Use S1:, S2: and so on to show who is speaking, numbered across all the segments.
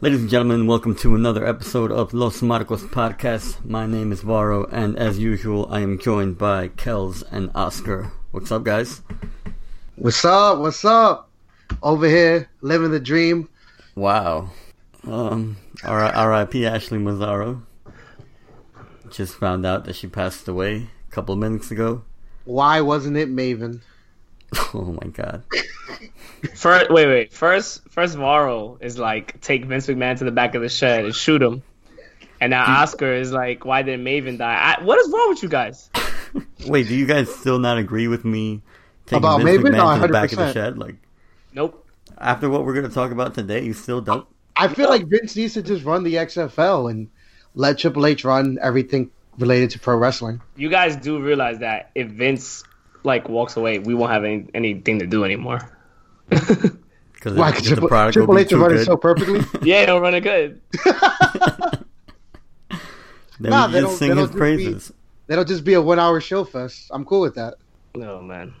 S1: Ladies and gentlemen, welcome to another episode of Los Marcos Podcast. My name is Varo, and as usual, I am joined by Kels and Oscar. What's up, guys?
S2: What's up? What's up? Over here, living the dream.
S1: Wow. Um, R- R.I.P. Ashley Mazzaro. Just found out that she passed away a couple of minutes ago.
S2: Why wasn't it Maven?
S1: Oh my god.
S3: First, wait, wait. First, first, Morrow is like take Vince McMahon to the back of the shed and shoot him, and now Oscar is like, why did Maven die? I, what is wrong with you guys?
S1: Wait, do you guys still not agree with me taking
S2: About
S1: Vince
S2: Maven? No,
S1: McMahon to the back of the
S2: 100%.
S1: shed? Like,
S3: Nope.
S1: after what we're going to talk about today, you still don't?
S2: I feel like Vince needs to just run the XFL and let Triple H run everything related to pro wrestling.
S3: You guys do realize that if Vince like walks away, we won't have any, anything to do anymore.
S1: Because
S2: Why?
S1: the
S2: Because Triple,
S1: product will
S2: Triple
S1: be
S2: H is
S1: too
S2: running
S1: good.
S2: so perfectly.
S3: yeah, don't run it good.
S1: Then
S2: Nah,
S1: we
S2: they
S1: just
S2: don't-
S1: sing
S2: they
S1: his
S2: don't do beat.
S1: praises.
S2: That'll just be a one-hour show fest. I'm cool with that.
S3: No man.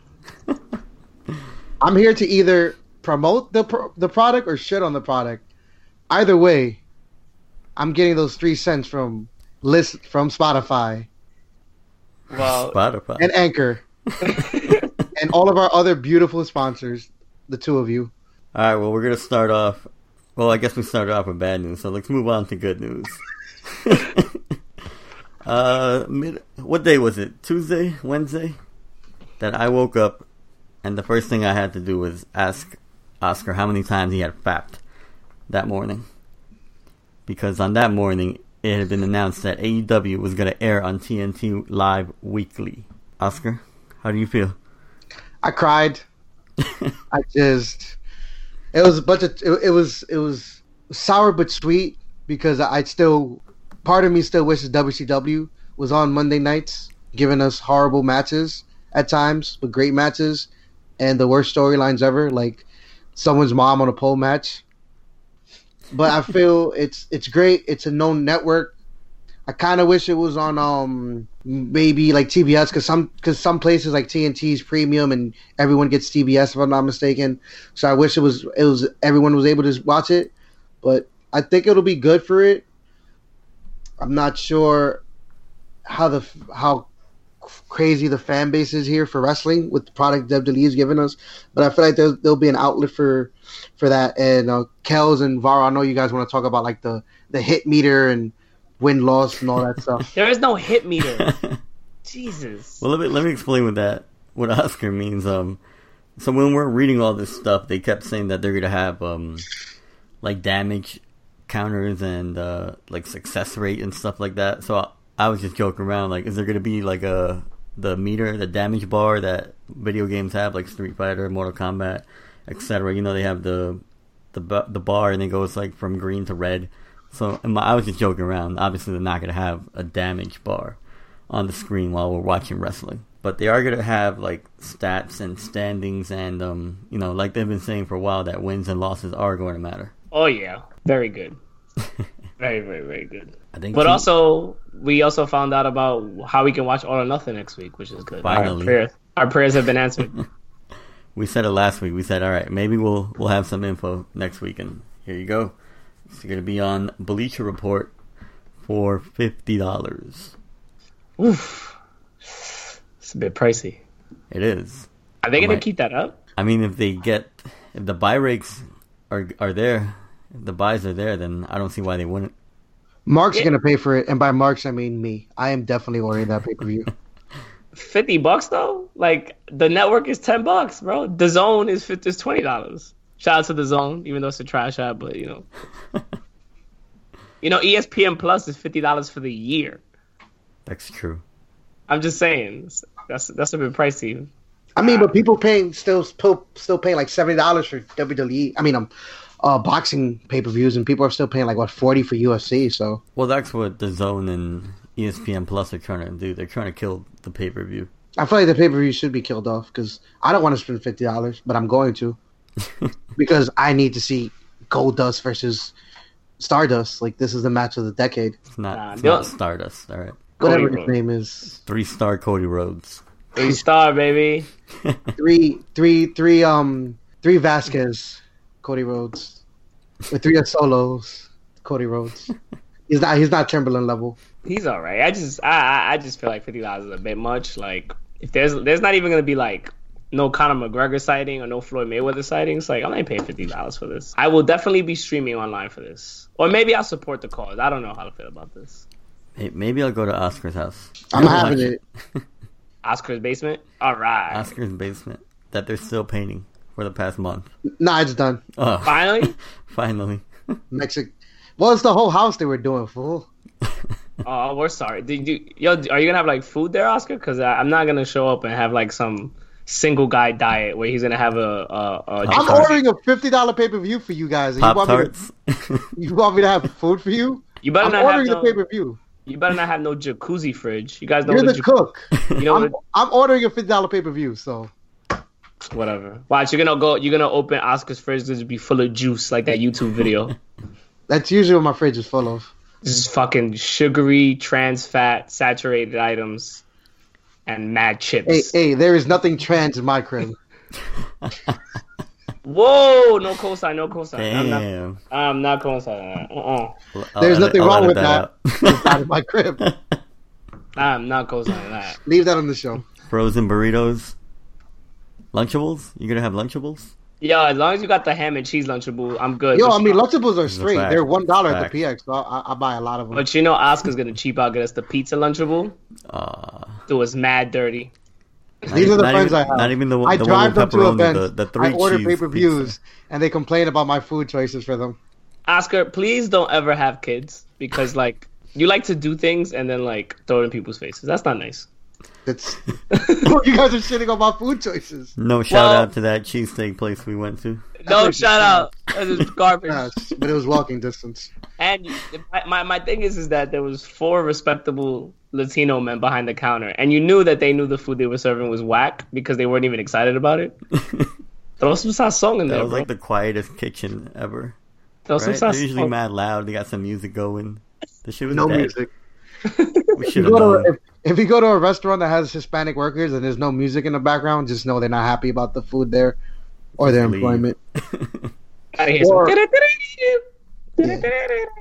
S2: I'm here to either promote the pro- the product or shit on the product. Either way, I'm getting those three cents from list from Spotify
S3: Well,
S1: Spotify.
S2: and Anchor and all of our other beautiful sponsors. The two of you.
S1: All right, well, we're going to start off. Well, I guess we started off with bad news, so let's move on to good news. uh, mid, what day was it? Tuesday? Wednesday? That I woke up, and the first thing I had to do was ask Oscar how many times he had fapped that morning. Because on that morning, it had been announced that AEW was going to air on TNT Live weekly. Oscar, how do you feel?
S2: I cried. I just it was a bunch of it, it was it was sour but sweet because I I'd still part of me still wishes WCW was on Monday nights, giving us horrible matches at times, but great matches and the worst storylines ever, like someone's mom on a pole match. But I feel it's it's great. It's a known network. I kind of wish it was on um maybe like TBS because some because some places like TNT's premium and everyone gets TBS if I'm not mistaken. So I wish it was it was everyone was able to watch it, but I think it'll be good for it. I'm not sure how the how crazy the fan base is here for wrestling with the product WWE E is giving us, but I feel like there's, there'll be an outlet for for that. And uh, Kels and Vara, I know you guys want to talk about like the the hit meter and win loss and all that stuff.
S3: there is no hit meter. Jesus.
S1: Well, let me let me explain what that what Oscar means. Um, so when we're reading all this stuff, they kept saying that they're gonna have um, like damage counters and uh, like success rate and stuff like that. So I, I was just joking around, like, is there gonna be like a the meter, the damage bar that video games have, like Street Fighter, Mortal Kombat, etc. You know, they have the the ba- the bar and it goes like from green to red. So and my, I was just joking around. Obviously, they're not gonna have a damage bar on the screen while we're watching wrestling. But they are going to have like stats and standings, and um, you know, like they've been saying for a while, that wins and losses are going to matter.
S3: Oh yeah, very good. very very very good.
S1: I think.
S3: But
S1: T-
S3: also, we also found out about how we can watch All or Nothing next week, which is good.
S1: Finally.
S3: Our, prayers, our prayers have been answered.
S1: we said it last week. We said, all right, maybe we'll we'll have some info next week, and here you go. It's going to be on Bleacher Report for fifty dollars.
S3: Oof. It's a bit pricey.
S1: It is.
S3: Are they going to
S1: might-
S3: keep that up?
S1: I mean, if they get if the buy rates are are there, if the buys are there, then I don't see why they wouldn't.
S2: Mark's
S3: Yeah.
S2: gonna pay for it, and by Mark's I mean me. I am definitely ordering that pay per view.
S3: 50 bucks though? Like the network is 10 bucks, bro. The zone is fif- is $20. Shout out to the zone, even though it's a trash app, but you know. you know, E ESPN Plus is $50 for the year.
S1: That's true.
S3: I'm just saying. That's that's a bit pricey.
S2: I mean, but people paying still still, still paying like seventy dollars for WWE. I mean, um, uh, boxing pay per views, and people are still paying like what forty for UFC. So
S1: Well, that's what the Zone and E ESPN Plus are trying to do. They're trying to kill the pay per view.
S2: I feel like the pay per view should be killed off because I don't want to spend fifty dollars, but I'm going to because I need to see Gold Dust versus Stardust. Like this is the match of the decade,
S1: It's not,
S3: Nah,
S1: it's
S3: they
S1: not
S3: don't-
S1: Stardust. All right,
S3: Cody
S2: whatever his
S3: Rhodes.
S2: name is.
S1: three star Cody Rhodes.
S3: Three star, baby.
S2: Three, three, three. Um, three Vasquez, Cody Rhodes. with three of solos, Cody Rhodes. He's not he's not Chamberlain level.
S3: He's all right. I just I I- I just feel like fifty dollars is a bit much. Like if there's there's not even gonna be like no Conor McGregor sighting or no Floyd Mayweather sightings, like I'm not paying fifty dollars for this. I will definitely be streaming online for this, or maybe I'll support the cause. I don't know how to feel about this.
S1: Hey, Maybe I'll go to Oscar's house.
S2: I'm
S1: I'll
S2: having
S1: watch
S2: it.
S3: Oscar's basement. All right,
S1: Oscar's basement that they're still painting for the past month.
S2: Nah, it's done.
S1: Oh,
S3: finally.
S1: finally.
S2: Mexico. Well, it's the whole house they were doing, fool.
S3: Oh, we're sorry. Did you, yo, are you gonna have like food there, Oscar? Because I'm not gonna show up and have like some single guy diet where he's gonna have a. a, a
S2: I'm
S1: Pop-Tart.
S2: ordering a fifty dollar pay per view for you guys. And you
S1: Pop
S2: want me to
S1: tarts.
S2: you want me to have food for you?
S3: you better
S2: I'm
S3: not have
S2: ordering the
S3: no,
S2: pay per view.
S3: You better not have no jacuzzi fridge. You guys know
S2: You're
S3: what
S2: the
S3: a jac-
S2: cook.
S3: You know
S2: I'm,
S3: what
S2: I'm ordering a fifty dollar pay per view. So
S3: a- whatever. Watch, you're gonna go. You're gonna open Oscar's fridge. This be full of juice, like that YouTube video.
S2: that's usually what my fridge is full of.
S3: this is fucking sugary, trans fat, saturated items, and mad chips.
S2: Hey, hey, there is nothing trans in my crib.
S3: Whoa! No cosign. No cosign. I'm not.
S1: Damn.
S3: I'm not cosigning. that. Uh-uh.
S1: I'll
S2: There's
S1: edit-
S2: nothing
S1: I'll
S2: wrong
S1: edit
S2: with It's not in my crib.
S1: out.
S3: I'm not cosigning that.
S2: Leave that on the show.
S1: Frozen burritos. Lunchables? You gonna have Lunchables?
S3: Yo, as long as you got the ham and cheese lunchable, I'm good.
S2: Yo,
S3: but,
S2: I mean, Lunchables are straight.
S1: fact.
S2: They're one dollar
S1: It's a
S2: at the PX. So I, I buy a lot of them.
S3: but you know, Oscar's gonna cheap out get us the pizza lunchable.
S1: Uh,
S3: Do us mad dirty.
S1: not
S2: These
S1: e-
S2: are the
S1: not
S2: friends
S1: even,
S2: I have.
S1: Not even the, one-
S2: I
S1: the
S2: drive
S1: one with
S2: them to
S1: pepperoni,
S2: events.
S1: the, the three
S2: I order
S1: cheese
S2: pay per
S1: pizza.
S2: views, and they complain about my food choices for them.
S3: Oscar, please don't ever have kids because like you like to do things and then like throw it in people's faces. That's not nice.
S2: That's you guys are shitting on my food choices.
S1: No shout
S3: Well-
S1: out to that cheesesteak place we went to.
S3: No, shout out. This is garbage.
S2: Yes, but it was walking distance.
S3: And you- my, my my thing is is that there was four respectable Latino men behind the counter, and you knew that they knew the food they were serving was whack because they weren't even excited about it. Throw some sazon in
S1: That
S3: there,
S1: was
S3: bro.
S1: like the quietest kitchen ever.
S3: Throw some
S1: Right? They're usually
S3: sazon.
S1: mad loud. They got some music going. The shit was
S2: No
S1: dead.
S2: music.
S1: We
S2: You
S1: should have
S2: go to,
S1: known.
S2: if, if you go to a restaurant that has Hispanic workers and there's no music in the background, just know they're not happy about the food there or their
S1: Leave.
S2: employment.
S3: Outta here.
S2: Or-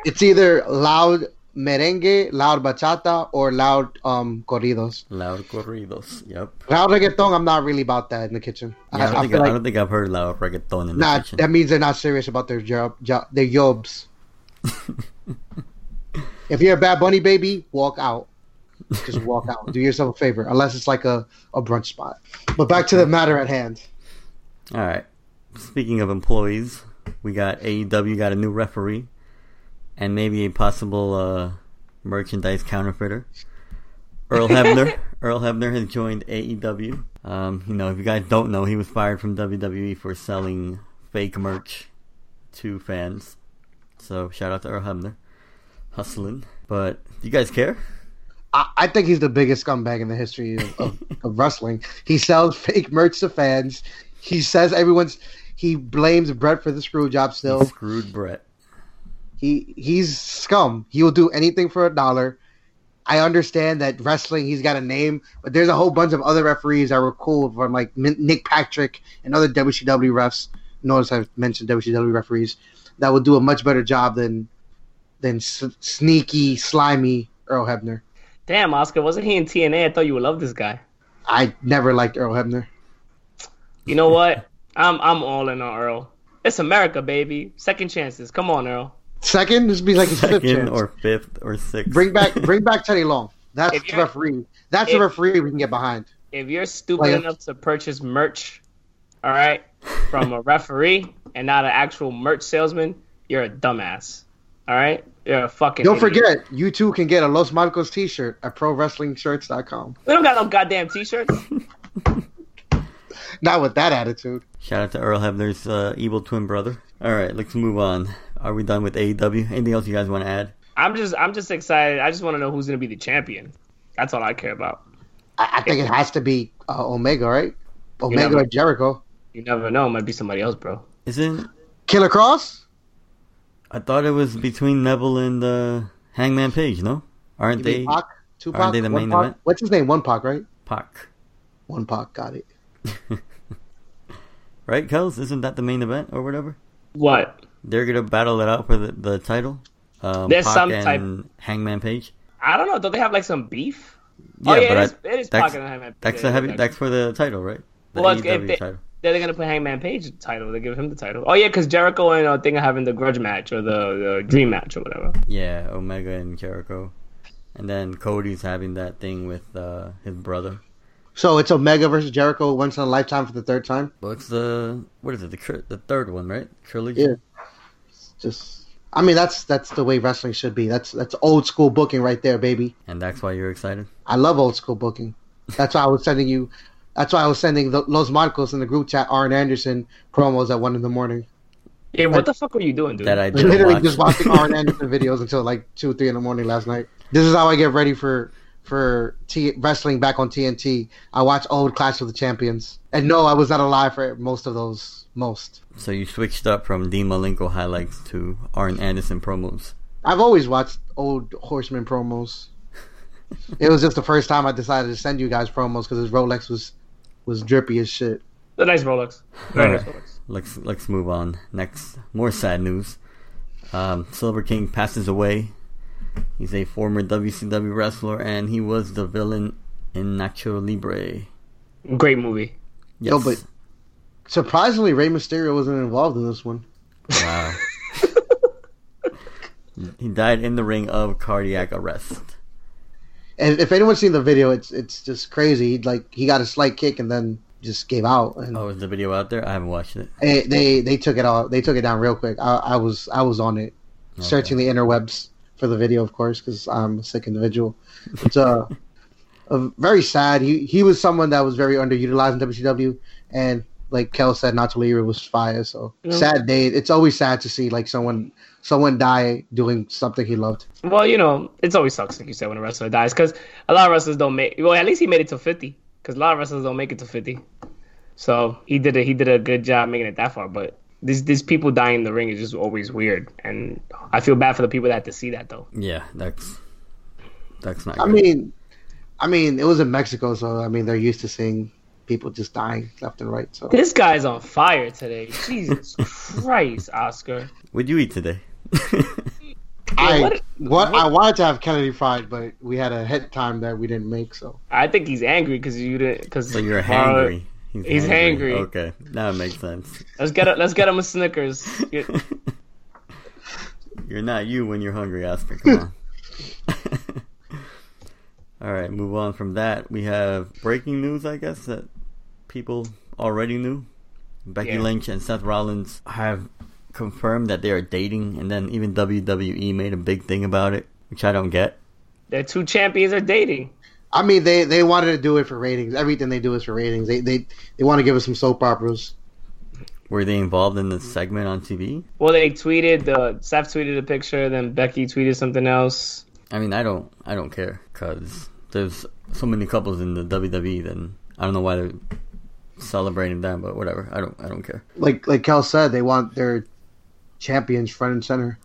S2: It's either loud merengue, loud bachata, or loud um corridos.
S1: loud corridos. Yep.
S2: Loud reggaeton, I'm not really about that in the kitchen.
S1: Yeah, I,
S2: I,
S1: don't
S2: I
S1: think,
S2: feel
S1: I,
S2: like
S1: don't think I've heard loud reggaeton in the
S2: nah,
S1: kitchen.
S2: that means they're not serious about their job, job their jobs. if you're a Bad Bunny baby, walk out. Just walk out. Do yourself a favor, unless it's like a, a brunch spot. But back to the matter at hand.
S1: All right. Speaking of employees, we got AEW got a new referee, and maybe a possible uh, merchandise counterfeiter. Earl Hebner. Earl Hebner has joined AEW. Um, you know, if you guys don't know, he was fired from WWE for selling fake merch to fans. So shout out to Earl Hebner, hustling. But do you guys care?
S2: I, I think he's the biggest scumbag in the history of, of, of wrestling. He sells fake merch to fans. He says everyone's. He blames Brett for the screw job
S1: He
S2: still.
S1: screwed Brett.
S2: He he's scum. He will do anything for a dollar. I understand that wrestling. He's got a name, but there's a whole bunch of other referees that were cool from like Min- Nick Patrick and other WCW refs. Notice I've mentioned WCW referees that will do a much better job than than s- sneaky, slimy Earl Hebner.
S3: Damn, Oscar, wasn't he in TNA? I thought you would love this guy.
S2: I never liked Earl Hebner.
S3: You know what? I'm I'm all in on Earl. It's America, baby. Second chances. Come on, Earl.
S2: Second, this would be like his fifth
S1: Second
S2: chance.
S1: or fifth or sixth.
S2: bring back, bring back Teddy Long. That's
S3: If
S2: the
S3: you're-
S2: referee. That's
S3: if-
S2: the referee we can get behind.
S3: If you're stupid
S2: Player.
S3: enough to purchase merch, all right, from a referee and not an actual merch salesman, you're a dumbass. All right, you're a fucking.
S2: Don't
S3: idiot.
S2: forget, you too can get a Los Marcos T-shirt at ProWrestlingShirts.com.
S3: We don't got no goddamn t-shirts.
S2: Not with that attitude.
S1: Shout out to Earl Hebner's uh, evil twin brother. All right, let's move on. Are we done with AEW? Anything else you guys want to add?
S3: I'm just I'm just excited. I just want to know who's gonna be the champion. That's all I care about.
S2: I, I think it has to be uh, Omega, right? Omega
S3: never-
S2: or Jericho,
S3: You never know. It might be somebody else, bro.
S1: Isn't
S2: Killer Cross.
S1: I thought it was between Neville and uh, Hangman Page? No, aren't
S2: You
S1: they?
S2: mean Pac, Tupac,
S1: aren't they the
S2: One
S1: main
S2: Pac?
S1: event?
S2: What's his name? One Pac, right?
S1: Pac,
S2: One Pac, got it.
S1: right? Kels, isn't that the main event or whatever?
S3: What?
S1: they're gonna battle it out for the, the title. Um,
S3: There's
S1: Pac
S3: some
S1: and
S3: type-
S1: Hangman Page.
S3: I don't know. Don't they have like some beef?
S1: Yeah,
S3: oh, yeah,
S1: but
S3: it is,
S1: I-
S3: it is
S1: that's-
S3: Pac and Hangman.
S1: That's
S3: yeah,
S1: the heavy.
S3: okay.
S1: That's for the title, right? The
S3: Well, if-
S1: AEW
S3: if they-
S1: title.
S3: They're gonna put Hangman Page the title. They give him the title. Oh yeah, because Jericho and uh, thing are having the grudge match or the, the dream match or whatever.
S1: Yeah, Omega and Jericho, and then Cody's having that thing with uh, his brother.
S2: So it's Omega versus Jericho once in a lifetime for the third time.
S1: What's the what is it? The tri- the third one, right? Trilogy.
S2: Yeah. Just, I mean, that's that's the way wrestling should be. That's that's old school booking right there, baby.
S1: And that's why you're excited.
S2: I love old school booking. That's why I was sending you. That's why I was sending the, Los Marcos in the group chat Arn Anderson promos at one in the morning.
S3: Yeah, what the fuck were you doing, dude?
S1: That I did
S2: Literally
S1: watch.
S2: just watching Arn Anderson videos until like two, three in the morning last night. This is how I get ready for for T- wrestling back on TNT. I watch old Clash of the Champions, and no, I was not alive for most of those. Most
S1: so you switched up from Dean Malenko highlights to Arn Anderson promos.
S2: I've always watched old Horseman promos. it was just the first time I decided to send you guys promos because his Rolex was was drippy as shit.
S3: The nice Rolex. Very nice Rolex.
S1: Let's let's move on. Next, more sad news. Um, Silver King passes away. He's a former WCW wrestler, and he was the villain in Nacho Libre.
S3: Great movie.
S1: Yes.
S2: No, but- Surprisingly, Rey Mysterio wasn't involved in this one.
S1: Wow. he died in the ring of cardiac arrest.
S2: And if anyone's seen the video, it's it's just crazy. He, like he got a slight kick and then just gave out. And
S1: Oh, is the video out there? I haven't watched it.
S2: Eh, they they took it all they took it down real quick. I, I was I was on it, searching the interwebs for the video, of course, because I'm a sick individual. It's uh, a very sad. He he was someone that was very underutilized in WCW, and like Kel said, Nacho Libre was fire. So
S3: Yeah.
S2: sad day. It's always sad to see like someone someone die doing something he loved.
S3: Well, you know, it's always sucks, like you said, when a wrestler dies, because a lot of wrestlers don't make. Well, at least he made it to fifty, because a lot of wrestlers don't make it to fifty. So he did a he did a good job making it that far, but these these people dying in the ring is just always weird, and I feel bad for the people that had to see that though.
S1: Yeah, that's that's not.
S2: I
S1: good.
S2: mean, I mean, it was in Mexico, so I mean they're used to seeing people just dying left and right. So
S3: This guy's on fire today. Jesus Christ, Oscar.
S1: what'd you eat today?
S2: I
S3: what-
S2: what, I wanted to have Kennedy fried, but we had a head time that we didn't make. So
S3: I think he's angry because you didn't. Because
S1: so you're hangry.
S3: Uh, he's hangry.
S1: Okay, that makes sense.
S3: let's get a, let's get him a Snickers. Get-
S1: You're not you when you're hungry, Oscar. Come on. All right, move on from that. We have breaking news, I guess, that people already knew. Becky
S3: Yeah.
S1: Lynch and Seth Rollins have confirmed that they are dating, and then even WWE made a big thing about it, which I don't get.
S3: Their two champions are dating.
S2: I mean, they they wanted to do it for ratings. Everything they do is for ratings. They they they want to give us some soap operas.
S1: Were they involved in this segment on TV?
S3: Well, they tweeted the Seth tweeted a picture, then Becky tweeted something else.
S1: I mean, I don't, I don't care because there's so many couples in the WWE. Then I don't know why they're celebrating them, but whatever. I don't, I don't care.
S2: Like like Kel said, they want their champions front and center.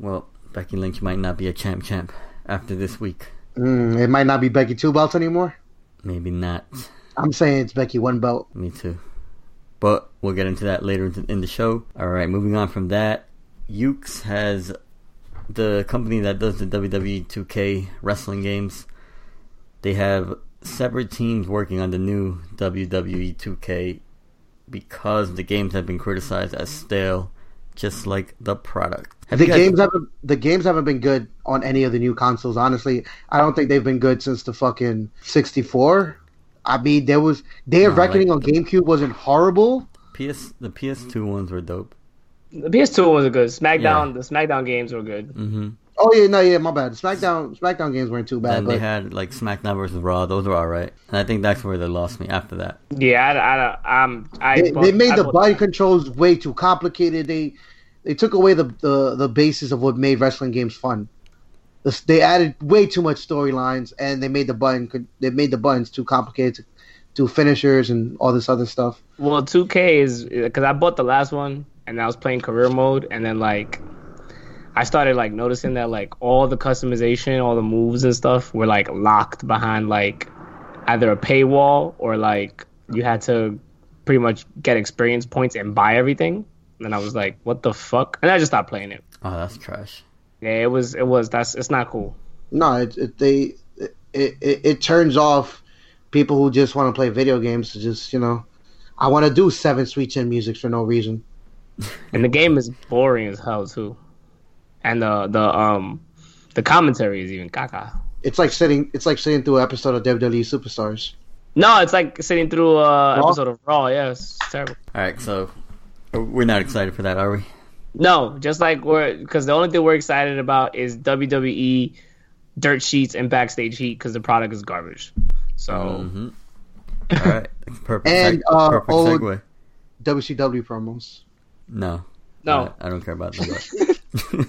S1: Well, Becky Lynch might not be a champ champ after this week.
S2: Mm, it might not be Becky two belts anymore.
S1: Maybe not.
S2: I'm saying it's Becky one belt.
S1: Me too. But we'll get into that later in- in the show. All right, moving on from that. Ukes has the company that does the WWE 2K wrestling games. They have separate teams working on the new WWE 2K because the games have been criticized as stale, just like the product. Have
S2: The
S1: you guys-
S2: games haven't the games haven't been good on any of the new consoles. Honestly, I don't think they've been good since the fucking 64. I mean, there was Day of
S1: No, like
S2: Reckoning on GameCube wasn't horrible.
S1: PS the PS2 ones were dope.
S3: The PS2 was good. SmackDown,
S1: Yeah.
S3: the SmackDown games were good.
S1: Mm-hmm.
S2: Oh yeah, no, yeah, my bad. SmackDown, SmackDown games weren't too bad,
S1: And they
S2: but
S1: had like SmackDown versus Raw; those were all right. And I think that's where they lost me after that.
S3: Yeah, I, I, I'm, I,
S2: they, they made
S3: I
S2: the
S3: bought-
S2: body controls way too complicated. They they took away the the, the basis of what made wrestling games fun. The s- They added way too much storylines, and they made the button con- they made the buttons too complicated to do finishers and all this other stuff.
S3: Well, 2K is because I bought the last one and I was playing career mode, and then like I started like noticing that like all the customization, all the moves and stuff were like locked behind like either a paywall or like you had to pretty much get experience points and buy everything. And I was like, what the fuck? And I just stopped playing it.
S1: Oh, that's trash.
S3: Yeah, it was. It was. That's. It's not cool.
S2: No, it, it they it, it it turns off people who just want to play video games to just you know, I want to do seven sweet chin music for no reason.
S3: And the game is boring as hell too. And the the um the commentary is even caca.
S2: It's like sitting it's like sitting through an episode of WWE Superstars.
S3: No, it's like sitting through a episode of Raw. Yeah, it's terrible.
S1: All right, so Oh, we're not excited for that, are we?
S3: No, just like we're because the only thing we're excited about is WWE dirt sheets and backstage heat because the product is garbage. So
S1: Mhm. All right, perfect.
S2: And,
S1: seg-
S2: uh,
S1: perfect
S2: old-
S1: segue.
S2: WCW promos.
S1: No,
S3: no,
S1: I, I don't care about that.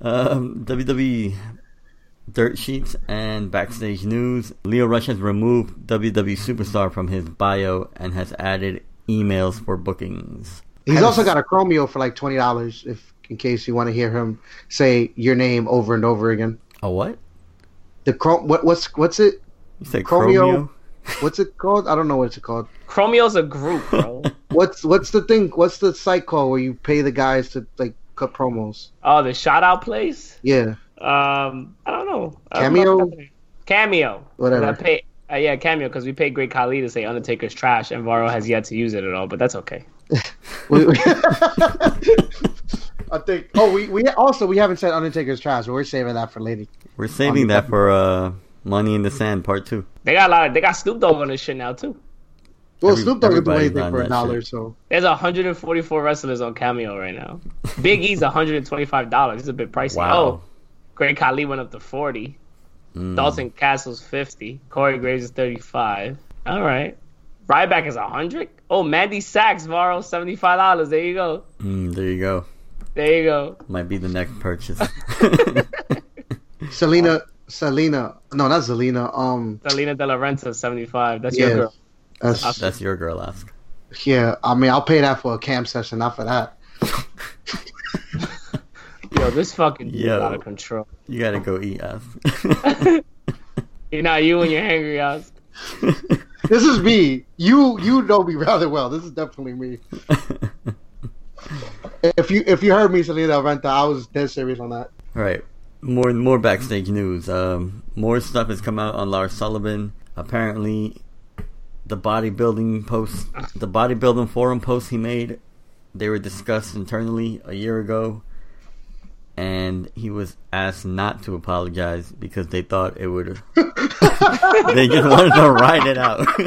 S1: um, WWE dirt sheets and backstage news. Leo Rush has removed WWE superstar from his bio and has added emails for bookings.
S2: He's also got a Chromeo for like twenty dollars if in case you want to hear him say your name over and over again.
S1: A what?
S2: The Chrome what what's what's it
S1: You said Chromeo?
S2: Chromeo? what's it called? I don't know what it's called.
S3: Chromeo's a group, bro.
S2: What's what's the thing? What's the site called where you pay the guys to like cut promos?
S3: oh, the shout out place.
S2: Yeah,
S3: Um, I don't know. I don't
S2: Cameo?
S3: know what's happening. Cameo.
S2: Whatever.
S3: I pay, uh, yeah, cameo because we paid Great Khali to say Undertaker's trash, and Varro has yet to use it at all. But that's okay.
S2: We- we- I think. Oh, we, we also we haven't said Undertaker's trash, but we're saving that for later.
S1: We're saving that for uh, Money in the Sand Part 2.
S3: They got a lot. Of, they got Snoop Dogg on this shit now too.
S2: Well,
S1: Every-
S2: Snoop Dogg would do
S1: everybody's
S2: anything
S1: on
S2: for
S1: that
S2: a dollar,
S1: shit.
S2: so
S3: There's 144 wrestlers on Cameo right now. Big E's 125 dollars. It's a bit pricey. Oh,
S1: Wow. Mm. Hmm.
S3: Great Khali went up to 40. Dalton Castle's 50. Corey Graves is 35. All right. Ryback is 100. Oh, Mandy Sachs, Varro, 75 dollars. There you go.
S1: Mm, there you go.
S3: There you go.
S1: Might be the next purchase.
S2: Selena, Selena, no, not Selena. Um,
S3: Selena De La Renta, 75. That's
S2: Yeah.
S3: your girl.
S2: that's-
S1: That's your girl, Ask.
S2: yeah. I mean, I'll pay that for a cam session, not for that.
S3: Yo, this fucking dude's
S1: Yo.
S3: out of control.
S1: You gotta go eat, Ask.
S3: You know, you and your hangry ass.
S2: This is me. You you know me rather well. This is definitely me. If you if you heard me, Selena Renta, I was dead serious on that.
S1: All right, more more backstage news. Um, more stuff has come out on Lars Sullivan. Apparently, the bodybuilding post, the bodybuilding forum posts he made, they were discussed internally a year ago, and he was asked not to apologize because they thought it would. they just wanted to ride it out.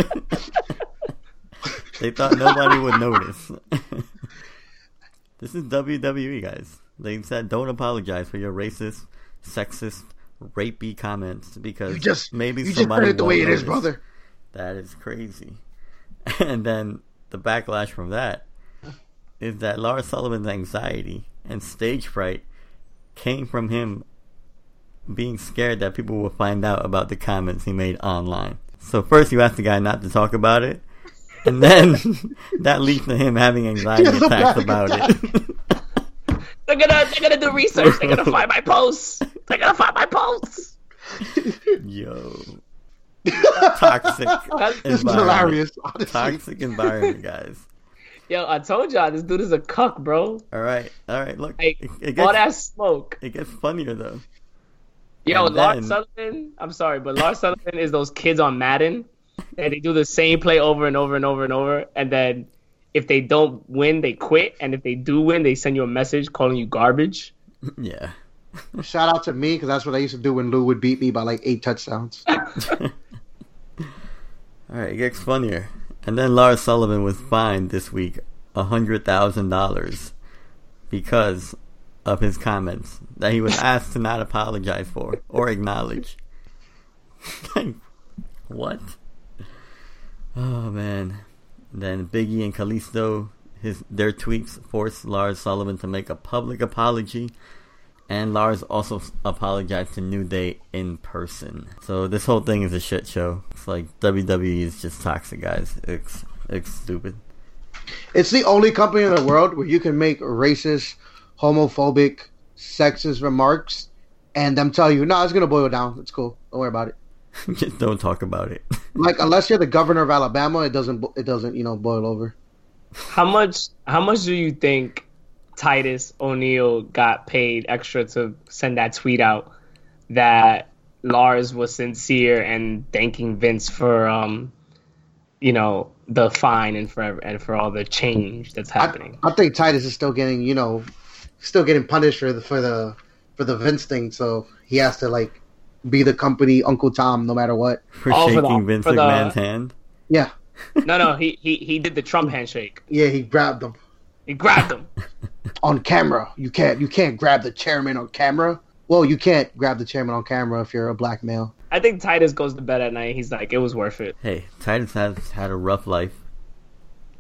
S1: they thought nobody would notice. This is WWE, guys. They said don't apologize for your racist, sexist, rapey comments because
S2: You just
S1: maybe
S2: you just
S1: somebody
S2: heard it the
S1: won't
S2: way it is,
S1: notice.
S2: brother.
S1: That is crazy. And then the backlash from that is that Lars Sullivan's anxiety and stage fright came from him being scared that people will find out about the comments he made online. So first you asked the guy not to talk about it, and then that leads to him having anxiety
S2: Yes, I'm
S1: attacks
S2: having
S1: about it.
S3: They're gonna, they're gonna do research. They're gonna find my posts. They're gonna find my posts.
S1: Yo. Toxic.
S3: That's-
S2: This is
S1: environment.
S2: hilarious. Honestly.
S1: Toxic environment, guys.
S3: Yo, I told y'all this dude is a cuck, bro.
S1: All right, all right. Look,
S3: Like
S1: it, it
S3: all
S1: gets-
S3: that smoke.
S1: It gets funnier though.
S3: Yo,
S1: and then-
S3: Lars Sullivan. I'm sorry, but Lars Sullivan is those kids on Madden, and they do the same play over and over and over and over, and then if they don't win, they quit, and if they do win, they send you a message calling you garbage.
S1: Yeah.
S2: Shout out to me because that's what I used to do when Lou would beat me by like eight touchdowns.
S1: All right, it gets funnier. And then Lars Sullivan was fined this week a hundred thousand dollars because of his comments that he was asked to not apologize for or acknowledge. Like, what? Oh man. Then Biggie and Kalisto, his their tweets forced Lars Sullivan to make a public apology. And Lars also apologized to New Day in person. So this whole thing is a shit show. It's like WWE is just toxic, guys. It's it's stupid.
S2: It's the only company in the world where you can make racist, homophobic, sexist remarks, and them tell you, "No, it's gonna boil down. It's cool. Don't worry about it."
S1: just don't talk about it.
S2: Like unless you're the governor of Alabama, it doesn't. bo- It doesn't. You know, boil over.
S3: How much? How much do you think Titus O'Neil got paid extra to send that tweet out that Lars was sincere and thanking Vince for um, you know, the fine and for and for all the change that's
S2: I,
S3: happening?
S2: I think Titus is still getting, you know, still getting punished for the for the for the Vince thing, so he has to like be the company Uncle Tom no matter what.
S1: for
S3: Oh, for the-
S1: shaking Vince
S3: for the-
S1: McMahon's hand.
S2: Yeah,
S3: no, no, he, he he did the Trump handshake.
S2: yeah, he grabbed them
S3: He grabbed him.
S2: on camera. You can't you can't grab the chairman on camera. Well, you can't grab the chairman on camera if you're a black male.
S3: I think Titus goes to bed at night. He's like, it was worth it.
S1: Hey, Titus has had a rough life,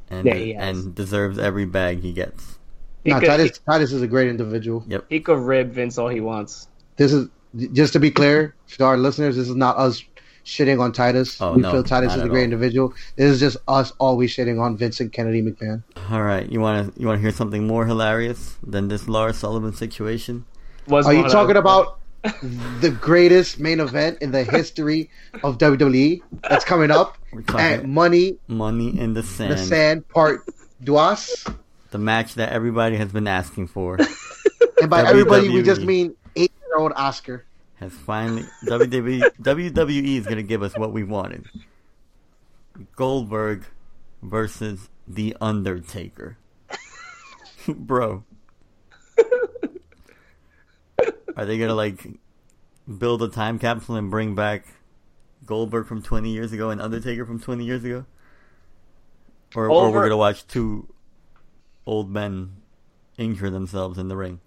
S1: and
S3: Yeah, he has.
S1: and deserves every bag he gets.
S3: He,
S2: no,
S3: could,
S2: Titus Titus is a great individual.
S3: he, he could rib Vince all he wants.
S2: This is just to be clear to our listeners. This is not us shitting on Titus.
S1: Oh,
S2: we
S1: no,
S2: feel Titus
S1: not
S2: is a
S1: at
S2: great
S1: all.
S2: individual. This is just us always shitting on Vincent Kennedy McMahon.
S1: All right, you want to you want to hear something more hilarious than this Lars Sullivan situation?
S3: Was
S2: Are
S3: one
S2: you
S3: of
S2: talking
S3: those-
S2: about the greatest main event in the history of WWE that's coming up
S1: We're talking
S2: at Money
S1: money in the sand,
S2: the
S1: the
S2: Sand Part Duas?
S1: match that everybody has been asking for,
S2: And
S1: E.
S2: by everybody, we
S1: WWE.
S2: just mean eight year old Oscar.
S1: has finally E, WWE WWE is going to give us what we wanted. Goldberg versus the Undertaker, bro. Are they gonna like build a time capsule and bring back Goldberg from 20 years ago and Undertaker from 20 years ago? Or, or
S3: Over-
S1: we're gonna watch two old men injure themselves in the ring.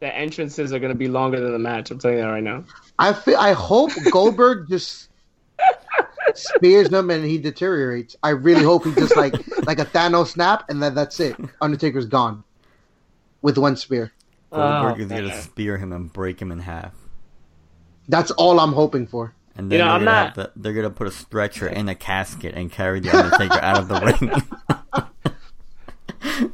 S3: The entrances are going to be longer than the match. I'm telling you that right now.
S2: I feel, I hope Goldberg just spears him and he deteriorates. I really hope he just like like a Thanos snap and then that's it. Undertaker's gone with one spear.
S1: Goldberg
S3: Oh,
S1: is gonna
S3: man.
S1: spear him and break him in half.
S2: That's all I'm hoping for.
S1: And then
S3: You know,
S1: they're,
S3: I'm
S1: gonna
S3: not-
S1: have to, they're gonna put a stretcher in a casket and carry the Undertaker out of the ring.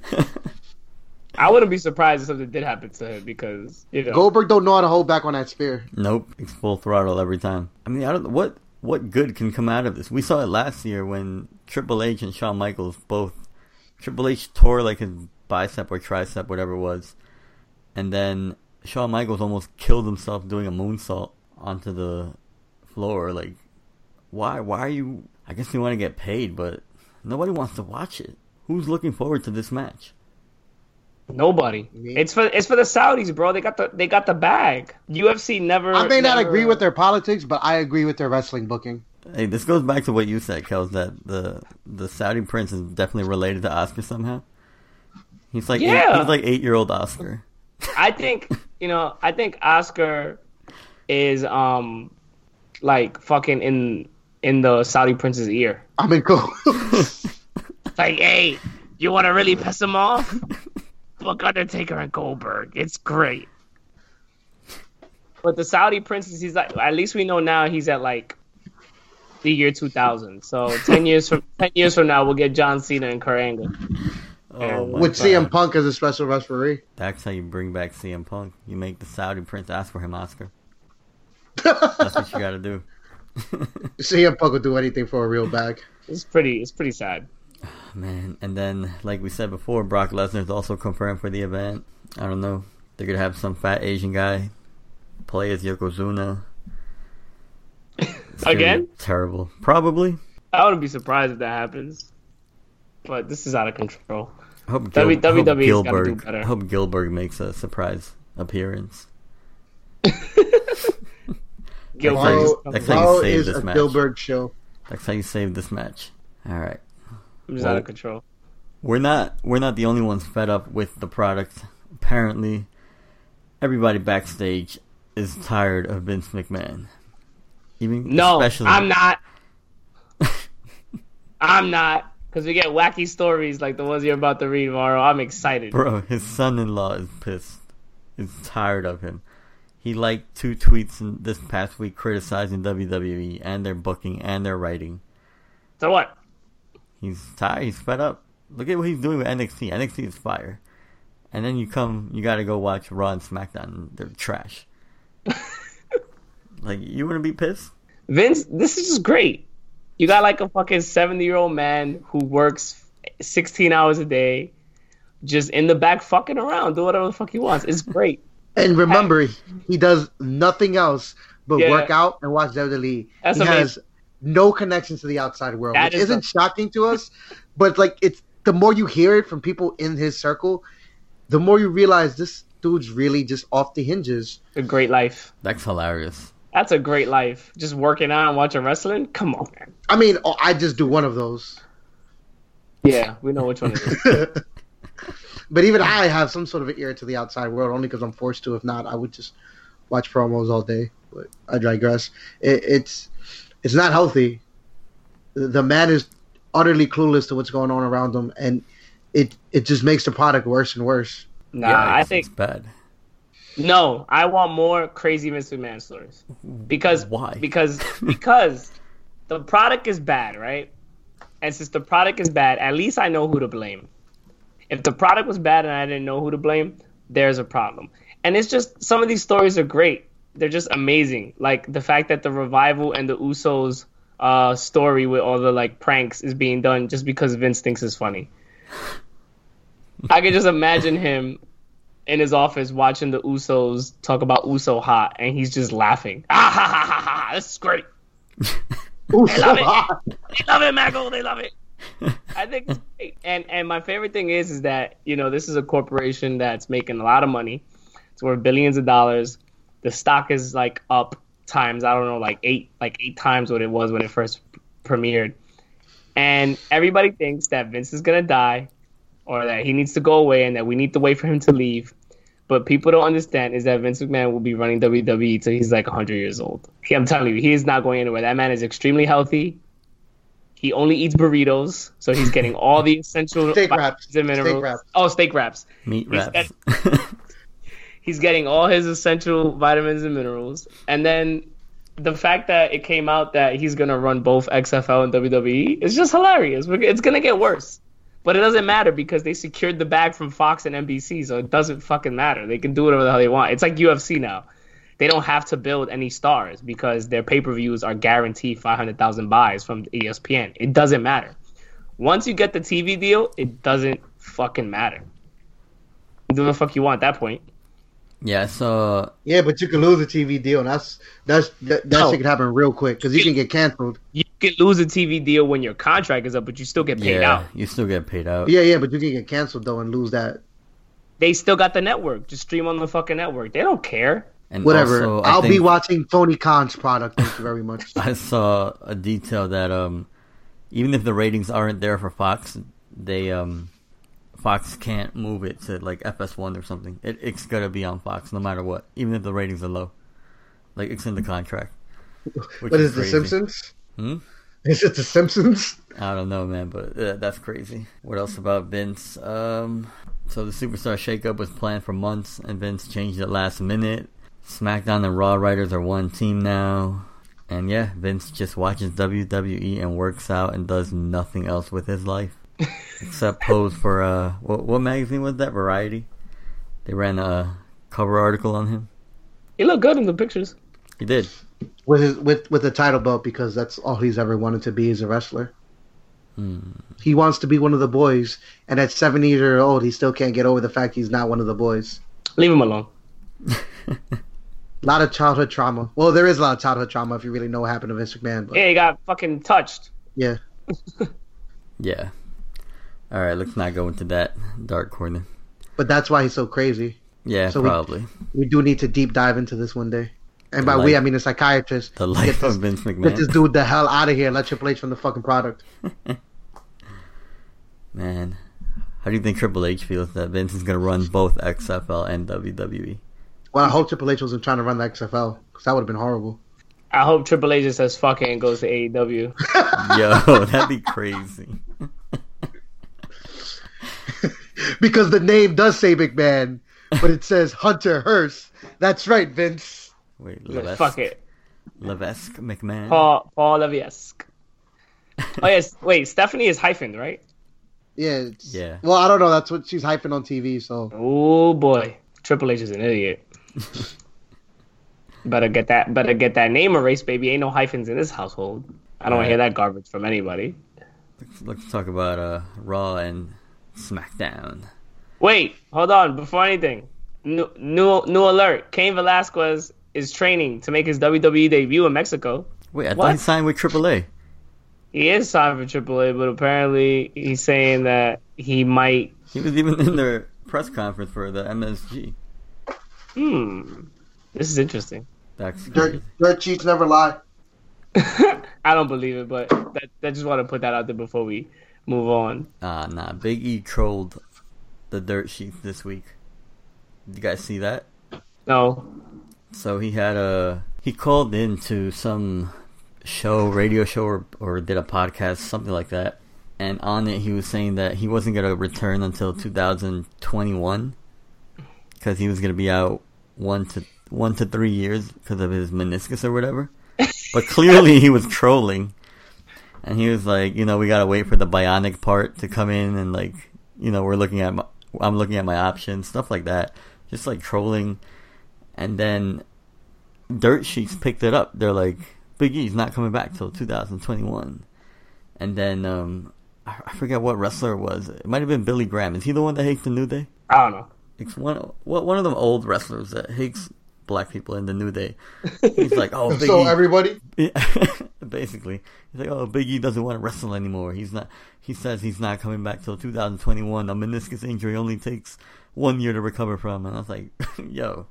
S3: I wouldn't be surprised if something did happen to him because you know.
S2: Goldberg don't know how to hold back on that spear.
S1: Nope, it's full throttle every time. I mean, I don't what what good can come out of this. We saw it last year when Triple H and Shawn Michaels both Triple H tore like his bicep or tricep, whatever it was, and then Shawn Michaels almost killed himself doing a moonsault onto the floor. Like, why? Why are you? I guess you want to get paid, but nobody wants to watch it. Who's looking forward to this match?
S3: Nobody.
S2: Me.
S3: It's for it's for the Saudis, bro. They got the they got the bag. UFC never.
S2: I may not
S3: never-
S2: agree with their politics, but I agree with their wrestling booking.
S1: Hey, this goes back to what you said, Kels, that the the Saudi prince is definitely related to Oscar somehow. He's like eight,
S3: Yeah.
S1: he's like eight year old Oscar.
S3: I think you know. I think Oscar is um like fucking in in the Saudi prince's ear.
S2: I mean, cool.
S3: It's like, hey, you want to really piss him off? Book Undertaker and Goldberg. It's great. But the Saudi princess, he's like, at least we know now he's at like the year 2000. So 10 years from 10 years from now, we'll get John Cena and Kurt Angle.
S1: Oh my
S2: with
S1: God.
S2: CM Punk as a special referee.
S1: That's how you bring back CM Punk. You make the Saudi prince ask for him Oscar. That's what you gotta do. Oh,
S2: CM Punk would do anything for a real bag.
S3: It's pretty, it's pretty sad.
S1: Man, and then like we said before, Brock Lesnar's also confirmed for the event. I don't know. They're gonna have some fat Asian guy play as Yokozuna. It's gonna be
S3: Again?
S1: Terrible. Probably.
S3: I wouldn't be surprised if that happens. But this is out of control.
S1: I hope, Gil-
S3: W-
S1: I hope
S3: WWE's gotta do
S1: Gilbert.
S3: better.
S1: I hope Gilbert makes a surprise appearance.
S3: Gilbert,
S1: Wow.
S2: Tomorrow,
S3: just-
S1: That's how you
S2: tomorrow
S1: save
S2: is
S1: this
S2: a
S1: match.
S2: Gilbert show.
S1: That's how you save this match. All right,
S3: I'm just out of control.
S1: we're not we're not the only ones fed up with the product. Apparently, everybody backstage is tired of Vince McMahon. Even
S3: No,
S1: especially,
S3: I'm not. I'm not. Because we get wacky stories like the ones you're about to read, Mauro. I'm excited.
S1: Bro, his son-in-law is pissed. Is tired of him. He liked two tweets in this past week criticizing WWE and their booking and their writing.
S3: So what?
S1: He's tired. He's fed up. Look at what he's doing with NXT. NXT is fire. And then you come, you gotta go watch Raw and SmackDown. And they're trash. like you wouldn't be pissed.
S3: Vince, this is just great. You got like a fucking 70 year old man who works 16 hours a day, just in the back fucking around, do whatever the fuck he wants. It's great.
S2: And remember, he does nothing else but
S3: Yeah.
S2: work out and watch WWE. He
S3: That's
S2: has no connections to the outside world,
S3: That
S2: which
S3: is
S2: is not shocking to us. But like, it's the more you hear it from people in his circle, the more you realize this dude's really just off the hinges.
S3: A great life.
S1: That's hilarious.
S3: That's a great life. Just working out and watching wrestling. Come on, man.
S2: I mean, oh, I just do one of those,
S3: Yeah, we know which one it is.
S2: but even I have some sort of an ear to the outside world only because I'm forced to. If not, I would just watch promos all day. But I digress. It, it's it's not healthy. The- The man is utterly clueless to what's going on around him, and it it just makes the product worse and worse.
S3: Nah,
S1: Yeah,
S3: I
S1: it's-
S3: think
S1: it's bad.
S3: no. I want more crazy Vince McMahon stories because
S1: Why?
S3: Because because the product is bad, right? And since the product is bad, at least I know who to blame. If the product was bad and I didn't know who to blame, there's a problem. And it's just some of these stories are great. They're just amazing. Like the fact that the revival and the Usos uh, story with all the like pranks is being done just because Vince thinks it's funny. I could just imagine him in his office watching the Usos talk about Uso hot, and he's just laughing. Ah ha ha ha ha! ha, This is great.
S2: Ooh,
S3: love it. They love it, Maggle. They love it. I think it's great. And and my favorite thing is is that you know this is a corporation that's making a lot of money. It's worth billions of dollars. The stock is like up times I don't know like eight like eight times what it was when it first premiered. And everybody thinks that Vince is gonna die, or that he needs to go away, and that we need to wait for him to leave. But people don't understand is that Vince McMahon will be running WWE till he's like 100 years old. He- I'm telling you, he is not going anywhere. That man is extremely healthy. He only eats burritos, so he's getting all the essential
S2: Steak wraps.
S3: vitamins and
S2: Steak
S3: minerals.
S2: wraps.
S3: Oh, steak wraps.
S1: Meat
S3: He's
S1: wraps.
S3: He's getting all his essential vitamins and minerals. And then the fact that it came out that he's going to run both XFL and WWE is just hilarious. We're- It's going to get worse. But it doesn't matter because they secured the bag from Fox and NBC, so it doesn't fucking matter. They can do whatever the hell they want. It's like UFC now. They don't have to build any stars because their pay per views are guaranteed 500,000 buys from E ESPN. It doesn't matter. Once you get the TV deal, it doesn't fucking matter. Do what the fuck you want at that point.
S1: yeah, so
S2: Yeah, but you can lose a TV deal, and that's that's that, that
S3: No.
S2: shit could happen real quick because you can get canceled.
S3: You can lose a TV deal when your contract is up, but you still get paid
S1: yeah,
S3: out.
S1: you still get paid out.
S2: Yeah, yeah, but you can get canceled though and lose that.
S3: They still got the network. Just stream on the fucking network. They don't care.
S1: And
S2: Whatever.
S1: also, I
S2: I'll be
S1: think-
S2: watching Tony Khan's product. Thank you very much.
S1: I saw a detail that um, even if the ratings aren't there for Fox, they um, Fox can't move it to like FS1 or something. It, it's gonna be on Fox no matter what, even if the ratings are low. Like it's in the contract. Which
S2: What is the
S1: crazy.
S2: Simpsons?
S1: Hmm?
S2: Is it the Simpsons?
S1: I don't know, man, but uh, that's crazy. What else about Vince? Um, so the superstar shakeup was planned for months, and Vince changed it last minute. SmackDown and Raw writers are one team now, and yeah, Vince just watches WWE and works out and does nothing else with his life except pose for uh, what, what magazine was that? Variety. They ran a cover article on him.
S3: He looked good in the pictures.
S1: He did.
S2: With his with with the title belt because that's all he's ever wanted to be as a wrestler.
S1: Hmm.
S2: He wants to be one of the boys, and at seventy years old, he still can't get over the fact he's not one of the boys.
S3: Leave him alone.
S2: A lot of childhood trauma. Well, there is a lot of childhood trauma if you really know what happened to Vince McMahon. But
S3: Yeah, he got fucking touched.
S2: yeah,
S1: Yeah. All right, let's not go into that dark corner.
S2: but that's why he's so crazy.
S1: Yeah,
S2: So we-
S1: probably.
S2: We do need to deep dive into this one day. And by
S1: The
S2: we,
S1: life-
S2: I mean a psychiatrist.
S1: The
S2: Get
S1: life
S2: this-
S1: of Vince McMahon.
S2: Get this dude the hell out of here. Let your place from the fucking product.
S1: Man, how do you think Triple H feels that Vince is going to run both XFL and E? WWE?
S2: Well, I hope Triple H wasn't trying to run the XFL because that would have been horrible.
S3: I hope Triple H just says fuck it and goes to E AEW.
S1: Yo, that'd be crazy.
S2: because the name does say McMahon, but it says Hunter Hearst. That's right, Vince.
S1: Wait,
S3: Like,
S1: Levesque,
S3: fuck it.
S1: Levesque McMahon.
S3: Paul Paul Levesque. Oh yes, wait, Stephanie is hyphened, right?
S2: Yeah. it's-
S1: Yeah.
S2: Well, I don't know. That's what she's hyping on TV. So
S3: Oh boy. Triple H is an idiot. better get that better get that name erased, baby. Ain't no hyphens in this household. I don't wanna hear that garbage from anybody.
S1: Let's, let's talk about uh, Raw and SmackDown.
S3: Wait, hold on. Before anything, new new, new alert. Cain Velasquez is training to make his WWE debut in Mexico.
S1: Wait, I
S3: What?
S1: thought he signed with AAA.
S3: He is signed for AAA, but apparently he's saying that he might.
S1: He was even in their press conference for the MSG.
S3: Hmm. This is interesting.
S1: That's
S2: Dirt, dirt sheets never lie.
S3: I don't believe it, but that, I just want to put that out there before we move on.
S1: Ah, nah. Big E trolled the dirt sheets this week. You guys see that?
S3: No,
S1: So he had a he called into some show, radio show, or, or did a podcast, something like that. And on it, he was saying that he wasn't gonna return until 2021 because he was gonna be out one to one to three years because of his meniscus or whatever. But clearly, he was trolling, and he was like, you know, we gotta wait for the bionic part to come in, and like, you know, we're looking at my, I'm looking at my options, stuff like that, just like trolling. And then Dirt Sheets picked it up. They're like, Big E's not coming back till 2021. And then um, I I forget what wrestler it was. It might have been Billy Graham. Is he the one that hates the New Day?
S3: I don't know.
S1: It's one what one of them old wrestlers that hates black people in the New Day. He's like, oh, Big
S2: So
S1: E.
S2: everybody,
S1: basically, he's like, oh, Big E doesn't want to wrestle anymore. He's not. He says he's not coming back till 2021. A meniscus injury only takes one year to recover from, and I was like, yo.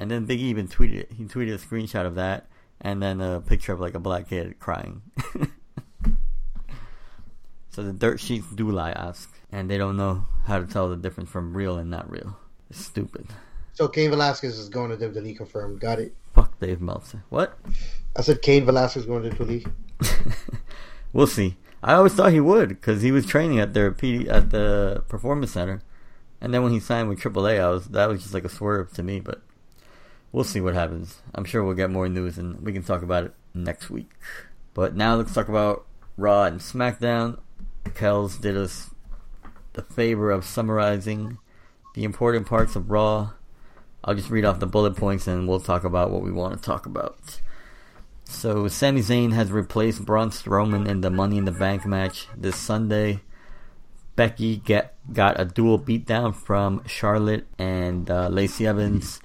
S1: And then Big E even tweeted it. He tweeted a screenshot of that, and then a picture of like a black kid crying. so the dirt sheets do lie, ask, and they don't know how to tell the difference from real and not real. It's stupid.
S2: so Cain Velasquez is going to WWE confirmed. Got it.
S1: Fuck Dave Meltzer. What?
S2: I said Cain Velasquez going to WWE.
S1: We'll see. I always thought he would because he was training at their PD at the performance center, and then when he signed with AAA, I was that was just like a swerve to me. But we'll see what happens. I'm sure we'll get more news and we can talk about it next week. But now let's talk about Raw and SmackDown. Kells did us the favor of summarizing the important parts of Raw. I'll just read off the bullet points and we'll talk about what we want to talk about. So Sami Zayn has replaced Braun Strowman in the Money in the Bank match this Sunday. Becky get, got a dual beatdown from Charlotte and uh, Lacey Evans.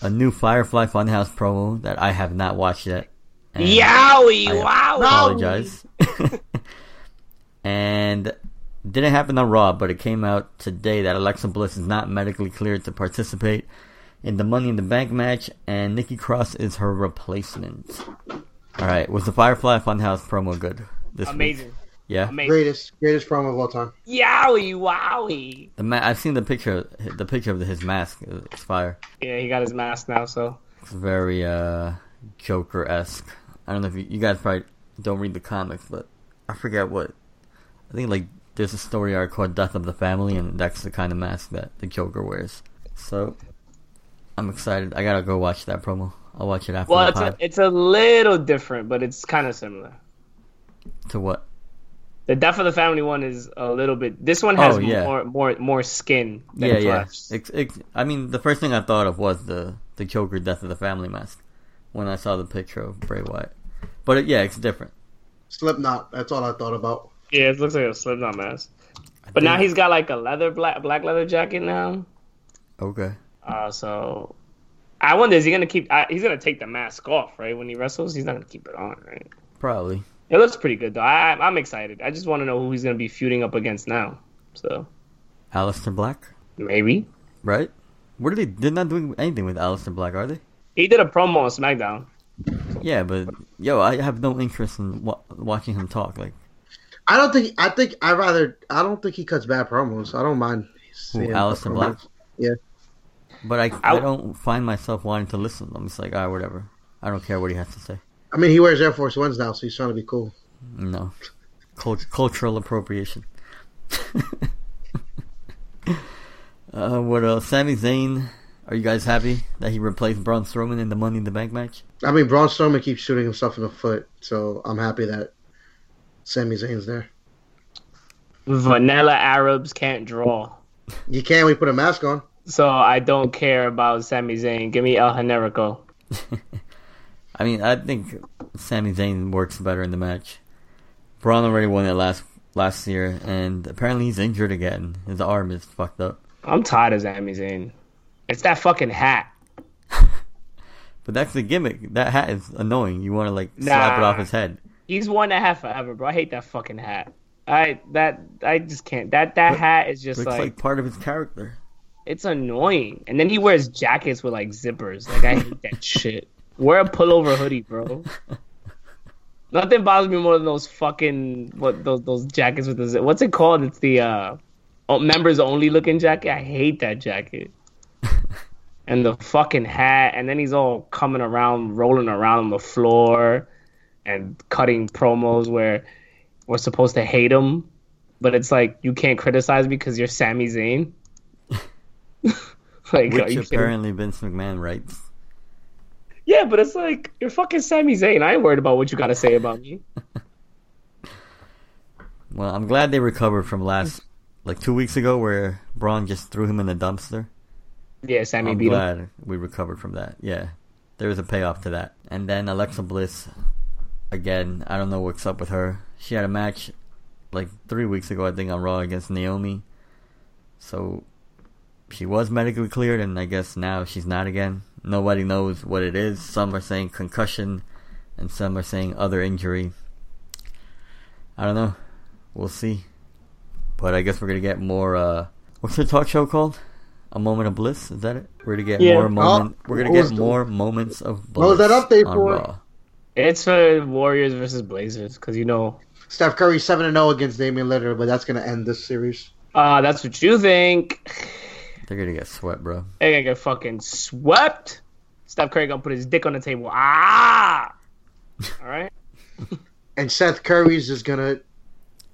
S1: A new Firefly Funhouse promo that I have not watched yet. And
S3: Yowie,
S1: I
S3: wow.
S1: apologize. and didn't happen on Raw, but it came out today that Alexa Bliss is not medically cleared to participate in the Money in the Bank match, and Nikki Cross is her replacement. All right, was the Firefly Funhouse promo good? This week?
S3: Amazing.
S1: yeah.
S3: Amazing.
S2: Greatest, greatest promo of all time.
S3: Yowie, wowie.
S1: The ma- I've seen the picture, the picture of his mask. It's fire.
S3: Yeah, he got his mask now, so.
S1: It's very uh, Joker esque. I don't know if you, you guys probably don't read the comics, but I forget what. I think like there's a story arc called Death of the Family, and that's the kind of mask that the Joker wears. So I'm excited. I gotta go watch that promo. I'll watch it after
S3: Well,
S1: the
S3: it's a,
S1: pod.
S3: it's a little different, but it's kind of similar.
S1: to what?
S3: The Death of the Family one is a little bit. This one has
S1: Oh, yeah.
S3: more, more, more skin. Than
S1: Yeah, yeah.
S3: flesh.
S1: Ex ex I mean, the first thing I thought of was the the Joker Death of the Family mask when I saw the picture of Bray Wyatt. But it, yeah, it's different.
S2: Slipknot. That's all I thought about.
S3: Yeah, it looks like a slip on mask.
S1: I
S3: But now
S1: think-
S3: he's got like a leather black black leather jacket now.
S1: okay.
S3: Uh, so I wonder is he gonna keep? I, he's gonna take the mask off, right? When he wrestles, he's not gonna keep it on, right?
S1: Probably.
S3: It looks pretty good though. I, I'm excited. I just want to know who he's gonna be feuding up against now. So
S1: Alistair Black.
S3: maybe
S1: Right? What are they? They're not doing anything with Aleister Black, are they?
S3: he did a promo on SmackDown.
S1: Yeah, but yo, I have no interest in wa- watching him talk. Like
S2: I don't think. I think I rather. I don't think he cuts bad promos. I don't mind. seeing
S1: Alistair
S2: promos.
S1: Black?
S2: Yeah.
S1: But I,
S3: I-
S1: I don't find myself wanting to listen. I'm just like, ah, whatever. I don't care what he has to say.
S2: I mean, he wears Air Force Ones now, so he's trying to be cool.
S1: No, Cult- cultural appropriation. uh, what else? Sami Zayn. Are you guys happy that he replaced Braun Strowman in the Money in the Bank match?
S2: I mean, Braun Strowman keeps shooting himself in the foot, so I'm happy that Sami Zayn's there.
S3: Vanilla Arabs can't draw,
S2: You can. We put a mask on.
S3: so I don't care about Sami Zayn. Give me El Generico.
S1: I mean, I think Sami Zayn works better in the match. Braun already won it last last year, and apparently he's injured again. His arm is fucked up.
S3: I'm tired of Sami Zayn. It's that fucking hat.
S1: But that's the gimmick. That hat is annoying. You want to like slap it
S3: Nah.
S1: off his head.
S3: He's worn that hat forever, bro. I hate that fucking hat. I that I just can't. That that
S1: Look-
S3: hat is just
S1: Looks
S3: like,
S1: like, part of his character.
S3: it's annoying. And then he wears jackets with like zippers. Like I hate that shit. Wear a pullover hoodie, bro. Nothing bothers me more than those fucking what those those jackets with the zip. what's it called? It's the uh oh, members only looking jacket. I hate that jacket. and the fucking hat. And then he's all coming around, rolling around on the floor, and cutting promos where we're supposed to hate him, but it's like you can't criticize me because you're Sami Zayn. like, are
S1: Which
S3: you kidding?
S1: apparently Vince McMahon writes.
S3: Yeah, but it's like you're fucking Sami Zayn. I ain't worried about what you gotta say about me.
S1: Well, I'm glad they recovered from last, like two weeks ago, where Braun just threw him in the dumpster.
S3: Yeah, Sammy
S1: I'm
S3: beat him.
S1: glad we recovered from that. Yeah, there was a payoff to that. And then Alexa Bliss, again, I don't know what's up with her. She had a match like three weeks ago, I think, on Raw against Naomi. So she was medically cleared, and I guess now she's not again. Nobody knows what it is. Some are saying concussion, and some are saying other injury. I don't know. We'll see. But I guess we're gonna get more. uh What's your talk show called? A moment of bliss? Is that it? We're gonna get
S3: Yeah.
S1: more moment.
S2: Oh,
S1: we're gonna
S2: what
S1: get
S2: was the-
S1: more moments of bliss.
S2: what was that update
S1: on
S2: for?
S1: Raw.
S3: It's for Warriors versus Blazers because you know
S2: Steph Curry seven and zero against Damian Lillard, but that's gonna end this series.
S3: uh, that's what you think.
S1: They're gonna get swept, bro.
S3: They're gonna get fucking swept. Steph Curry gonna put his dick on the table. Ah, all right,
S2: And Seth Curry's just gonna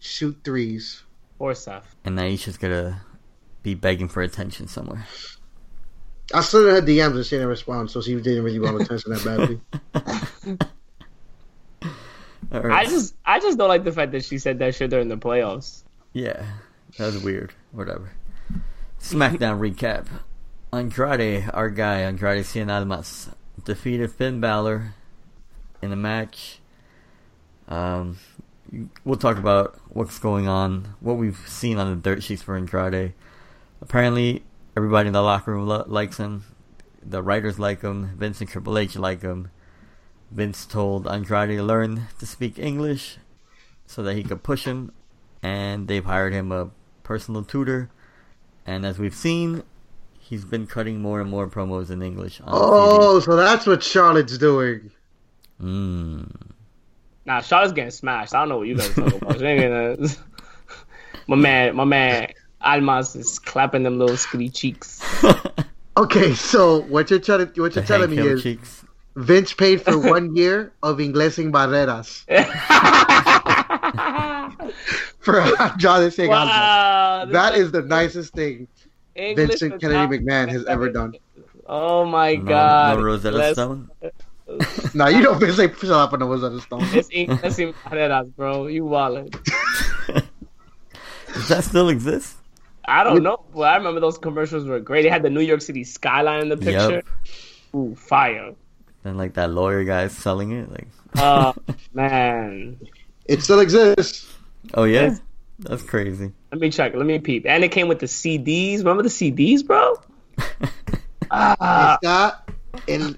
S2: shoot threes.
S3: or Steph.
S1: And Naisha's gonna be begging for attention somewhere.
S2: I slid in her DMs and she didn't respond, so she didn't really want attention that badly.
S1: All
S3: I
S1: right.
S3: just, I just don't like the fact that she said that shit during the playoffs.
S1: Yeah, that was weird. Whatever. SmackDown recap. Andrade, our guy, Andrade Cien Almas, defeated Finn Balor in a match. Um, we'll talk about what's going on, what we've seen on the dirt sheets for Andrade. Apparently, everybody in the locker room lo- likes him. The writers like him. Vince and Triple H like him. Vince told Andrade to learn to speak English so that he could push him and they've hired him a personal tutor. And as we've seen, he's been cutting more and more promos in English. On
S2: oh, so that's what Charlotte's doing.
S1: TV. Mm.
S3: Nah, Charlotte's getting smashed. I don't know what you guys talking about. She ain't gonna- my man, my man, Almas is clapping them little skinny cheeks.
S2: Okay, so what you're trying to what
S1: The
S2: you're telling
S1: Hank
S2: me
S1: Hill
S2: is
S1: cheeks.
S2: Vince paid for one year of Inglesing Barreras for Andrade Cien Almas.
S3: wow,
S2: That is the nicest thing
S3: English
S2: Vincent
S3: is
S2: Kennedy
S3: not-
S2: McMahon has ever done.
S3: Oh my
S1: No,
S3: god!
S1: no Rosetta
S3: Let's-
S1: Stone.
S2: Now you don't Vince ain't shut up on the Wizard of Stone.
S3: It's Inglés Barreras, bro. You wallet.
S1: Does that still exist?
S3: I don't know, but I remember those commercials were great. They had the New York City skyline in the picture.
S1: Yep.
S3: Ooh, fire!
S1: And like that lawyer guy is selling it. Like,
S3: Oh man,
S2: It still exists.
S1: oh yeah, that's crazy.
S3: let me check. Let me peep. And it came with the CDs. Remember the CDs, bro? Ah,
S2: Está el-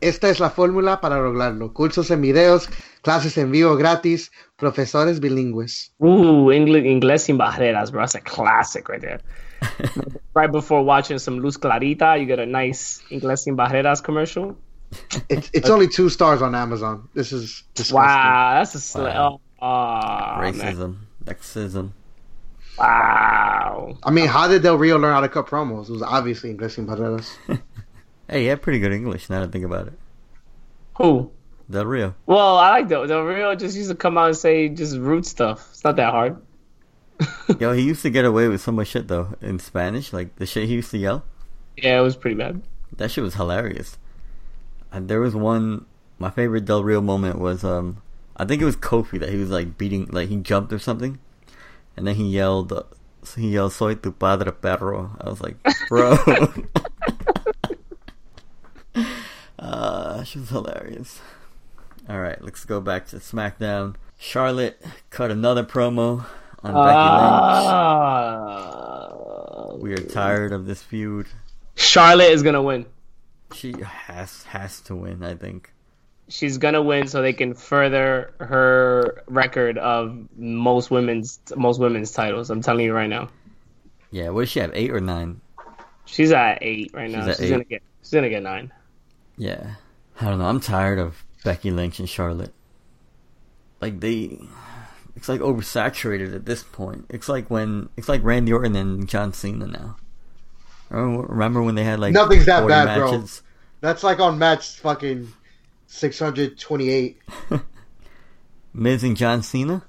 S2: esta es la fórmula para lograrlo. Cursos en videos, clases en vivo gratis, profesores bilingües.
S3: ooh, English Inglés sin barreras, bro. That's a classic right there. right before watching some Luz Clarita, you get a nice Inglés sin barreras commercial.
S2: It's, it's only two stars on Amazon. This is disgusting.
S3: Wow, that's a sl-
S1: Wow.
S3: Oh, aw, man.
S1: Racism, sexism.
S3: Wow.
S2: I mean, how did Del Rio learn how to cut promos? It was obviously Inglesing Barreras.
S1: Hey, yeah, pretty good English. Now that I think about it,
S3: Who?
S1: Del Rio.
S3: Well, I like the the real just used to come out and say just rude stuff. It's not that hard.
S1: Yo, he used to get away with so much shit though in Spanish. Like the shit he used to yell.
S3: Yeah, it was pretty bad.
S1: That shit was hilarious. And there was one. My favorite Del Rio moment was um, I think it was Kofi that he was like beating, like he jumped or something, and then he yelled, uh, he yelled "Soy tu padre perro." I was like, bro. uh, she was hilarious. All right, let's go back to SmackDown. Charlotte cut another promo on
S3: Ah.
S1: Becky Lynch. We are tired of this feud.
S3: Charlotte is gonna win.
S1: She has has to win, I think.
S3: She's gonna win so they can further her record of most women's most women's titles. I'm telling you right now.
S1: Yeah, what does she have? Eight or nine?
S3: She's at eight right now.
S1: She's at
S3: She's,
S1: eight.
S3: gonna get she's gonna get nine.
S1: Yeah. I don't know. I'm tired of Becky Lynch and Charlotte. Like they it's like oversaturated at this point. It's like when it's like Randy Orton and John Cena now. Remember, remember when they had like
S2: Nothing's that
S1: 40
S2: bad, bro. That's like on match fucking six hundred twenty-eight.
S1: Miz and John Cena?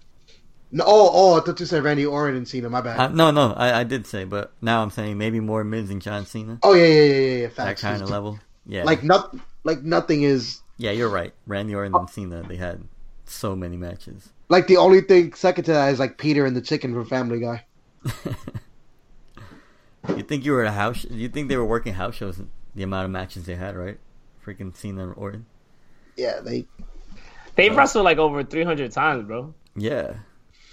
S2: No, oh, oh, I thought you said Randy Orton and Cena. My bad.
S1: I, no, no, I, I did say, but now I'm saying maybe more Miz and John Cena.
S2: oh yeah, yeah, yeah, yeah, yeah.
S1: That
S2: Facts.
S1: kind of level. Yeah.
S2: Like nothing. Like nothing is
S1: yeah, you're right. Randy Orton and Cena, they had so many matches.
S2: like the only thing second to that is like Peter and the chicken from Family Guy.
S1: You think you were at a house? You think they were working house shows? The amount of matches they had, right? Freaking Cena and Orton.
S2: Yeah, they.
S1: Oh.
S3: They've wrestled like over 300 times, bro.
S1: Yeah,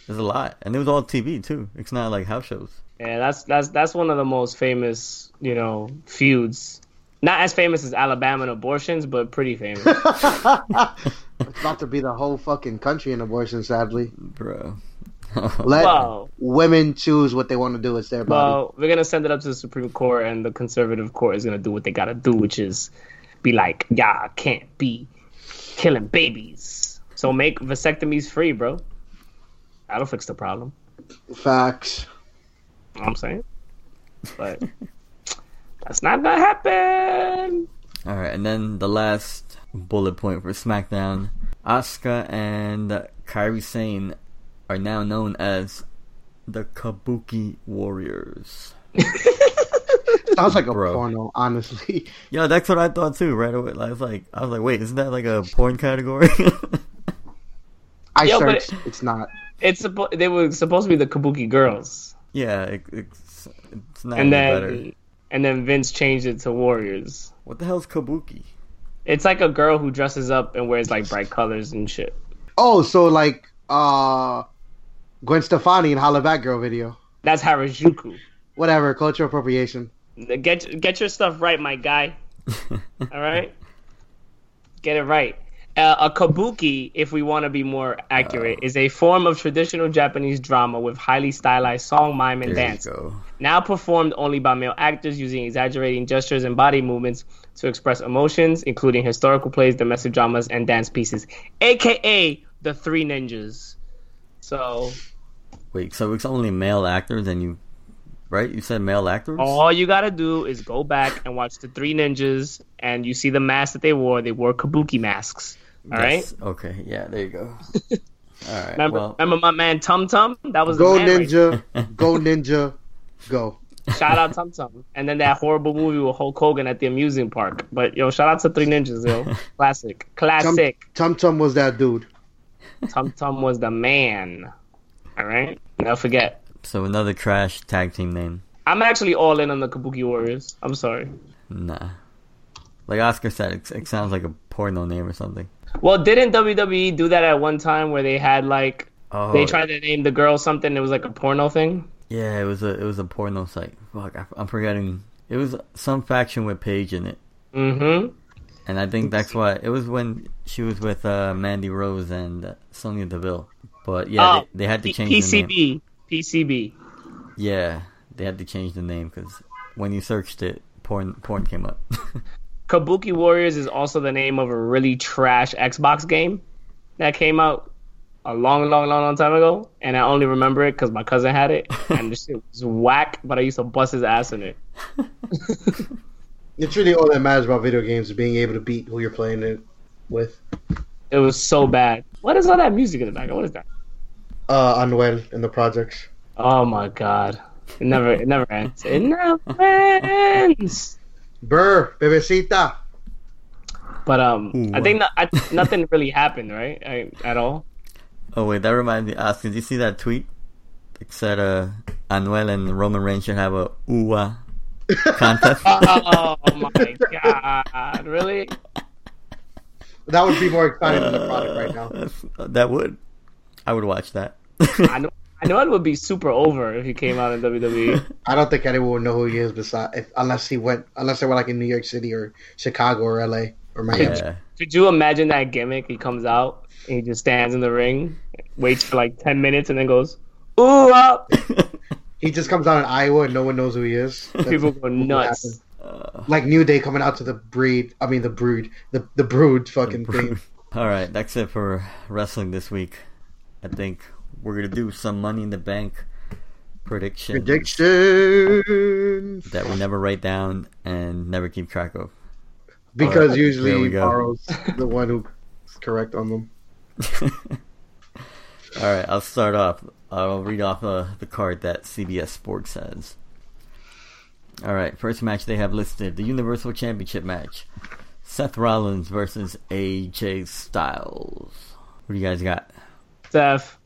S1: there's a lot, and it was all TV too. It's not like house shows.
S3: Yeah, that's that's that's one of the most famous, you know, feuds. Not as famous as Alabama and abortions, but pretty famous.
S2: it's about to be the whole fucking country in abortion, sadly.
S1: Bro.
S2: Let
S3: Wow.
S2: women choose what they want to do with their body.
S3: Well, we're gonna send it up to the Supreme Court, and the conservative court is gonna do what they gotta do, which is be like, y'all can't be killing babies. So make vasectomies free, bro. That'll fix the problem.
S2: Facts.
S3: You know what I'm saying, but that's not gonna happen.
S1: all right, and then the last bullet point for SmackDown: Asuka and Kairi Sane are now known as the Kabuki Warriors.
S2: Sounds like a
S1: Bro.
S2: porno, honestly.
S1: Yeah, that's what I thought too. Right away, I was like, I was like, wait, isn't that like a porn category?
S2: I
S3: Yo, but-
S2: searched. It's not.
S3: It's suppo- they were supposed to be the Kabuki girls,
S1: yeah, it, it's it's not any
S3: and then
S1: better.
S3: and then Vince changed it to Warriors.
S1: What the hell's kabuki?
S3: It's like a girl who dresses up and wears like bright colors and shit.
S2: Oh, so like uh Gwen Stefani and Holla Back Girl video.
S3: That's Harajuku.
S2: Whatever, cultural appropriation.
S3: Get get your stuff right, my guy. All right, get it right. Uh, a kabuki, if we want to be more
S1: Oh.
S3: accurate, is a form of traditional Japanese drama with highly stylized song, mime, and
S1: There
S3: dance.
S1: you go.
S3: Now performed only by male actors using exaggerating gestures and body movements to express emotions, including historical plays, domestic dramas, and dance pieces, aka the Three Ninjas. So
S1: Wait, so it's only male actors, and you, right? You said male actors.
S3: All you gotta do is go back and watch the Three Ninjas, and you see the mask that they wore. They wore kabuki masks. All right.
S1: Yes. Okay. Yeah. There you go. All right.
S3: Remember,
S1: well,
S3: remember my man Tum Tum? That was
S2: Go
S3: the man right
S2: ninja, go ninja, go.
S3: there. Shout out Tum Tum. And then that horrible movie with Hulk Hogan at the amusement park. But yo, shout out to Three Ninjas, yo. Classic,
S2: Tum
S3: classic.
S2: Tum Tum was that dude.
S3: Tum Tum was the man. All right. Never forget.
S1: so another trash tag team name.
S3: I'm actually all in on the Kabuki Warriors. I'm sorry.
S1: Nah. Like Oscar said, it, it sounds like a porno name or something.
S3: Well, didn't WWE do that at one time where they had like
S1: Oh,
S3: they tried to name the girl something? It was like a porno thing.
S1: yeah. It was a it was a porno site. Fuck, I, I'm forgetting. It was some faction with Paige in it,
S3: Mm-hmm.
S1: and I think that's why it was when she was with uh, Mandy Rose and uh, Sonya Deville. But yeah,
S3: Oh,
S1: they, they had to change the name.
S3: PCB. PCB.
S1: Yeah, they had to change the name because when you searched it, porn porn came up.
S3: Kabuki Warriors is also the name of a really trash Xbox game that came out a long, long, long, long time ago, and I only remember it because my cousin had it, and the shit was whack. But I used to bust his ass in it.
S2: It's really all that matters about video games is being able to beat who you're playing it with.
S3: It was so bad. What is all that music in the background? What is that?
S2: Uh Unwell in the projects.
S3: Oh my god! It never, it never ends. It never ends.
S2: Burr, bebecita.
S3: But um, I
S1: Ooh.
S3: think no, I, nothing really happened, right? I, at all.
S1: oh wait, that reminds me, Oscar. Did you see that tweet? It said, "Uh, Anuel and Roman Reigns should have a UWA contest."
S3: Oh my god! Really?
S1: Uh.
S2: That would be more exciting than the product right now.
S1: That's- that would. I would watch that.
S3: I know. I know it would be super over if he came out in E. WWE.
S2: I don't think anyone would know who he is beside if, unless he went unless they were like in New York City or Chicago or LA or Miami.
S1: Yeah.
S3: Could you imagine that gimmick? He comes out and he just stands in the ring, waits for like ten minutes, and then goes, "Ooh up!"
S2: He just comes out in Iowa and no one knows who he is. That's
S3: People
S2: what
S3: go
S2: would
S3: nuts.
S2: happen. Like New Day coming out to the breed I mean the brood. The the brood fucking thing.
S1: All right, that's it for wrestling this week. I think we're gonna do some Money in the Bank prediction
S2: Prediction
S1: that we never write down and never keep track of.
S2: Because
S1: Alright, there we
S2: usually
S1: go.
S2: Barrow's the one who's correct on them.
S1: All right, I'll start off. I'll read off uh, the card that CBS Sports has. All right, first match they have listed the Universal Championship match Seth Rollins versus AJ Styles. What do you guys got?
S3: Steph,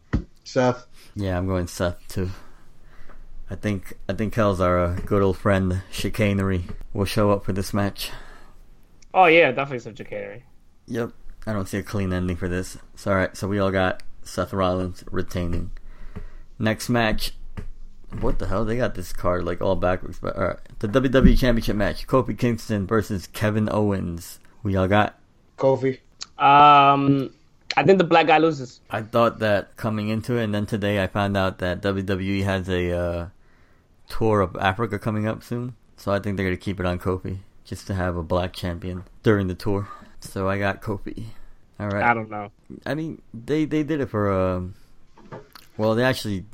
S2: Seth.
S1: Yeah, I'm going Seth too. I think I think Kells, our uh, good old friend Chicanery, will show up for this match.
S3: oh yeah, definitely some chicanery.
S1: Yep. I don't see a clean ending for this. It's alright, so we all got Seth Rollins retaining. Next match. What the hell? They got this card like all backwards, but alright. The WWE Championship match. Kofi Kingston versus Kevin Owens. Who y'all got?
S2: Kofi.
S3: Um, I think the black guy loses.
S1: I thought that coming into it, and then today I found out that WWE has a uh, tour of Africa coming up soon. So I think they're going to keep it on Kofi just to have a black champion during the tour. So I got Kofi. All right.
S3: I don't know.
S1: I mean, they they did it for um. Well, they actually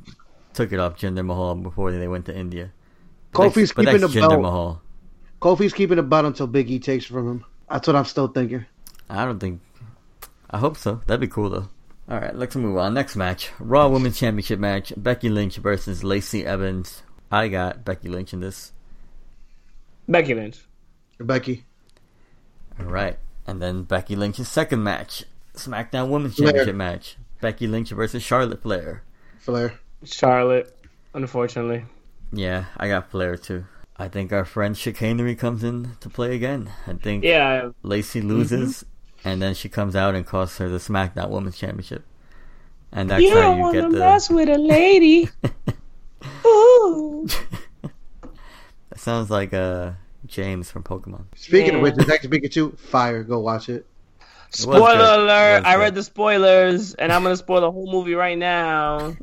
S1: took it off Jinder Mahal before they went to India. But
S2: Kofi's
S1: that's- but
S2: keeping
S1: that's
S2: the
S1: Jinder
S2: belt.
S1: Mahal.
S2: Kofi's keeping the belt until Big E takes from him. That's what I'm still thinking.
S1: I don't think. I hope so. That'd be cool though. All right, let's move on. Next match: Raw Women's Championship match. Becky Lynch versus Lacey Evans. I got Becky Lynch in this.
S3: Becky Lynch.
S2: Becky.
S1: All right, and then Becky Lynch's second match: SmackDown Women's
S2: Flair.
S1: Championship match. Becky Lynch versus Charlotte Flair.
S2: Flair.
S3: Charlotte, unfortunately.
S1: Yeah, I got Flair too. I think our friend Chicanery comes in to play again. I think
S3: Yeah,
S1: Lacey loses, and then she comes out and costs her the SmackDown Women's Championship. And that's how you get the.
S3: with a lady. Ooh.
S1: That sounds like uh, James from Pokemon.
S2: Speaking
S3: Yeah.
S2: of which, the next Pikachu, fire. Go watch it.
S1: was
S3: Spoiler
S1: good. It
S3: alert!
S1: was
S3: I
S1: good.
S3: read the spoilers, and I'm gonna spoil the whole movie right now.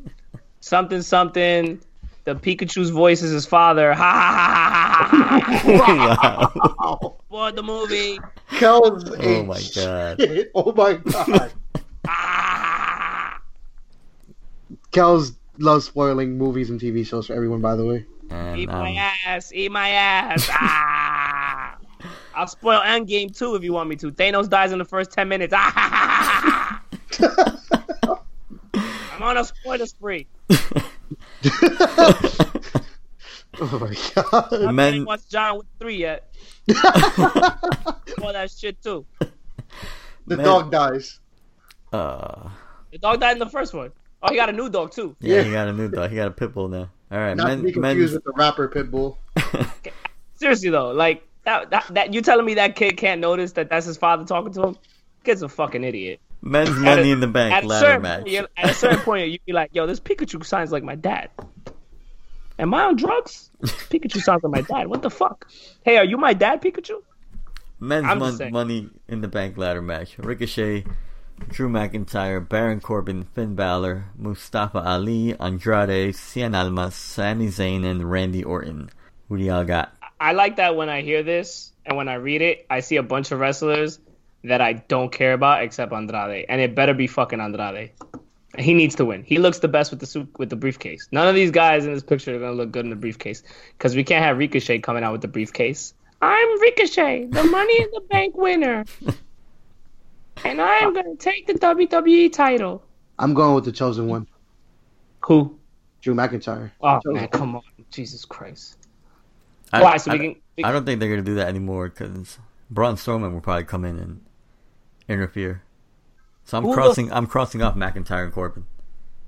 S3: Something, something. The Pikachu's voice is his father. Ha ha ha ha ha ha! ha.
S1: wow.
S2: Oh,
S3: Spoiled the movie.
S2: Kells
S1: Oh
S2: ate
S1: my god.
S2: shit. Oh my god.
S3: Ah.
S2: Kells loves spoiling movies and TV shows for everyone. By the way,
S1: And
S3: Eat my
S1: um,
S3: ass! Eat my ass! Ah. I'll spoil Endgame too if you want me to. Thanos dies in the first ten minutes. Ah, ha, ha, ha, ha, ha. I'm on a spoiler spree.
S2: oh my god.
S1: men,
S3: What's John Wick three yet? Spoil that shit too.
S2: The
S1: Man.
S2: dog dies.
S1: uh,
S3: The dog died in the first one. Oh, he got a new dog too.
S1: yeah,
S2: Yeah.
S1: he got a new dog. He got a pit bull now. All right,
S2: Not to be
S1: men,
S2: confused
S1: men's,
S2: with the rapper Pitbull.
S3: Seriously though, like that, that, that you telling me that kid can't notice that that's his father talking to him? Kid's a fucking idiot.
S1: men's money
S3: a-
S1: in the bank
S3: At a,
S1: ladder
S3: certain
S1: match.
S3: point, you- at a certain point, you'd be like, "Yo, this Pikachu sounds like my dad." Am I on drugs? Pikachu sounds like my dad. What the fuck? Hey, are you my dad, Pikachu?
S1: men's
S3: I'm just
S1: mon-
S3: saying.
S1: money in the bank ladder match. Ricochet, Drew McIntyre, Baron Corbin, Finn Balor, Mustafa Ali, Andrade, Cien Almas, Sami Zayn, and Randy Orton. Who do y'all got?
S3: I like that when I hear this and when I read it, I see a bunch of wrestlers that I don't care about except Andrade, and it better be fucking Andrade. He needs to win. He looks the best with the suit with the briefcase. None of these guys in this picture are gonna look good in the briefcase because we can't have Ricochet coming out with the briefcase. I'm Ricochet, the Money in the Bank winner, and I am gonna take the WWE title.
S2: I'm going with the chosen one,
S3: Who?
S2: Drew McIntyre.
S3: Oh man, come on, Jesus Christ!
S1: I,
S3: Why? So
S1: I-
S3: we can. we-
S1: I don't think they're gonna do that anymore because Braun Strowman will probably come in and interfere. So I'm
S3: Who the-
S1: crossing. I'm crossing off McIntyre and Corbin.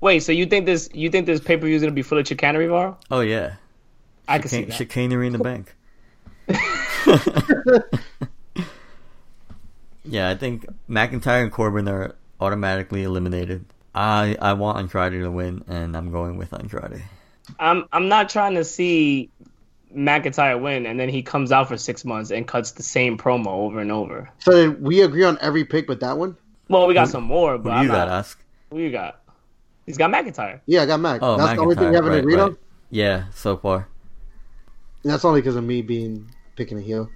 S3: Wait, so you think this? You think this pay per view is gonna be full of chicanery, Var?
S1: Oh yeah,
S3: I can see
S1: Can-
S3: that.
S1: chicanery in the bank. yeah, I think McIntyre and Corbin are automatically eliminated. I I want Andrade to win, and I'm going with Andrade.
S3: I'm I'm not trying to see McIntyre win and then he comes out for six months and cuts the same promo over and over.
S2: So did we agree on every pick but that one?
S3: Well, we got some more,
S1: Who
S3: but
S1: do
S3: I'm
S1: you
S3: not,
S1: got, ask?
S3: who you got? He's got McIntyre.
S2: Yeah, I got Mac.
S1: Oh,
S2: that's the only thing
S1: McIntyre,
S2: we haven't
S1: right,
S2: agreed on.
S1: right. Yeah, so far.
S2: And that's only because of me being picking a heel.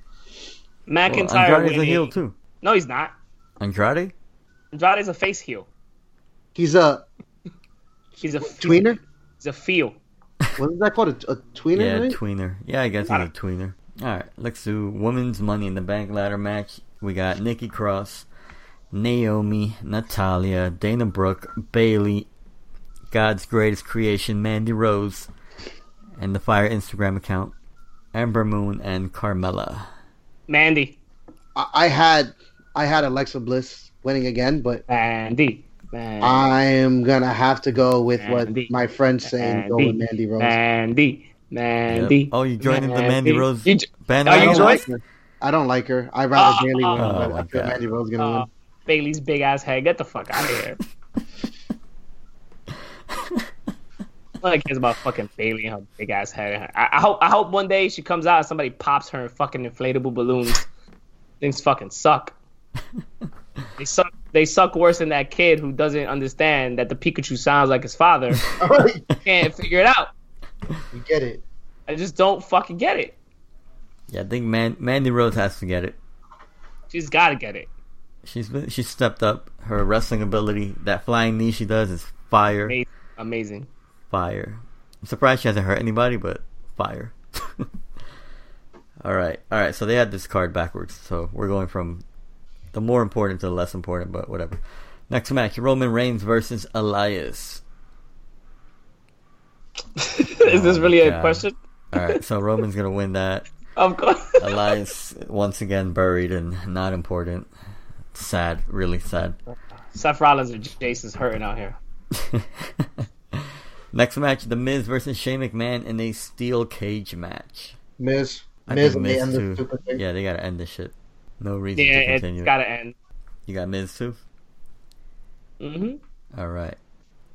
S1: Well,
S3: McIntyre
S1: Andrade's a
S3: winning.
S1: heel too.
S3: No, he's not.
S1: Andrade?
S3: Andrade's a face heel.
S2: He's a
S3: He's a
S2: tweener.
S3: He's a feel.
S2: What is that called? A, a tweener?
S1: Yeah,
S2: right?
S1: tweener. Yeah, I guess he's a tweener. All right, let's do women's Money in the Bank ladder match. We got Nikki Cross, Naomi, Natalia, Dana Brooke, Bailey, God's Greatest Creation, Mandy Rose, and the Fire Instagram account, Amber Moon, and Carmella.
S3: Mandy.
S2: I, I had I had Alexa Bliss winning again, but
S3: Mandy. Mandy.
S2: Ah, I'm gonna have to go with
S3: Mandy.
S2: what my friend's saying. Go with Mandy Rose.
S3: Mandy. Mandy.
S1: Yep. Oh, you joining the Mandy Rose
S3: You j-
S2: I
S1: bandwagon?
S2: don't
S3: joined?
S2: like her. I don't like her. I'd rather
S3: Oh,
S2: Bailey win,
S3: oh
S2: but
S1: my
S2: I feel
S1: God.
S2: Mandy Rose gonna
S3: uh,
S2: win.
S3: Bailey's big ass head. Get the fuck out of here. No one cares about fucking Bailey and her big ass head. I, I hope I hope one day she comes out and somebody pops her in fucking inflatable balloons. Things fucking suck. They suck. They suck worse than that kid who doesn't understand that the Pikachu sounds like his father.
S2: All right,
S3: Can't figure it out.
S2: we get it.
S3: I just don't fucking get it.
S1: Yeah, I think Man- Mandy Rose has to get it.
S3: She's got to get it.
S1: She's been, she stepped up her wrestling ability. That flying knee she does is fire.
S3: Amazing. Amazing.
S1: Fire. I'm surprised she hasn't hurt anybody, but fire. all right, all right. So they had this card backwards, so we're going from the more important to the less important, but whatever. Next match: Roman Reigns versus Elias.
S3: Is this
S1: Oh,
S3: really a
S1: God.
S3: question?
S1: All right, so Roman's gonna win that.
S3: Of course.
S1: Elias once again buried and not important. Sad, really sad.
S3: Seth Rollins and Jace is hurting out here.
S1: Next match: The Miz versus Shane McMahon in a steel cage match.
S2: Miz,
S1: I
S2: Miz,
S1: think
S2: and they end
S1: too.
S2: the stupid thing.
S1: Yeah, they gotta end this shit. No reason
S3: Yeah,
S1: to
S3: it's
S1: continue. it.
S3: got to end.
S1: You got Miz too.
S3: hmm
S1: All right,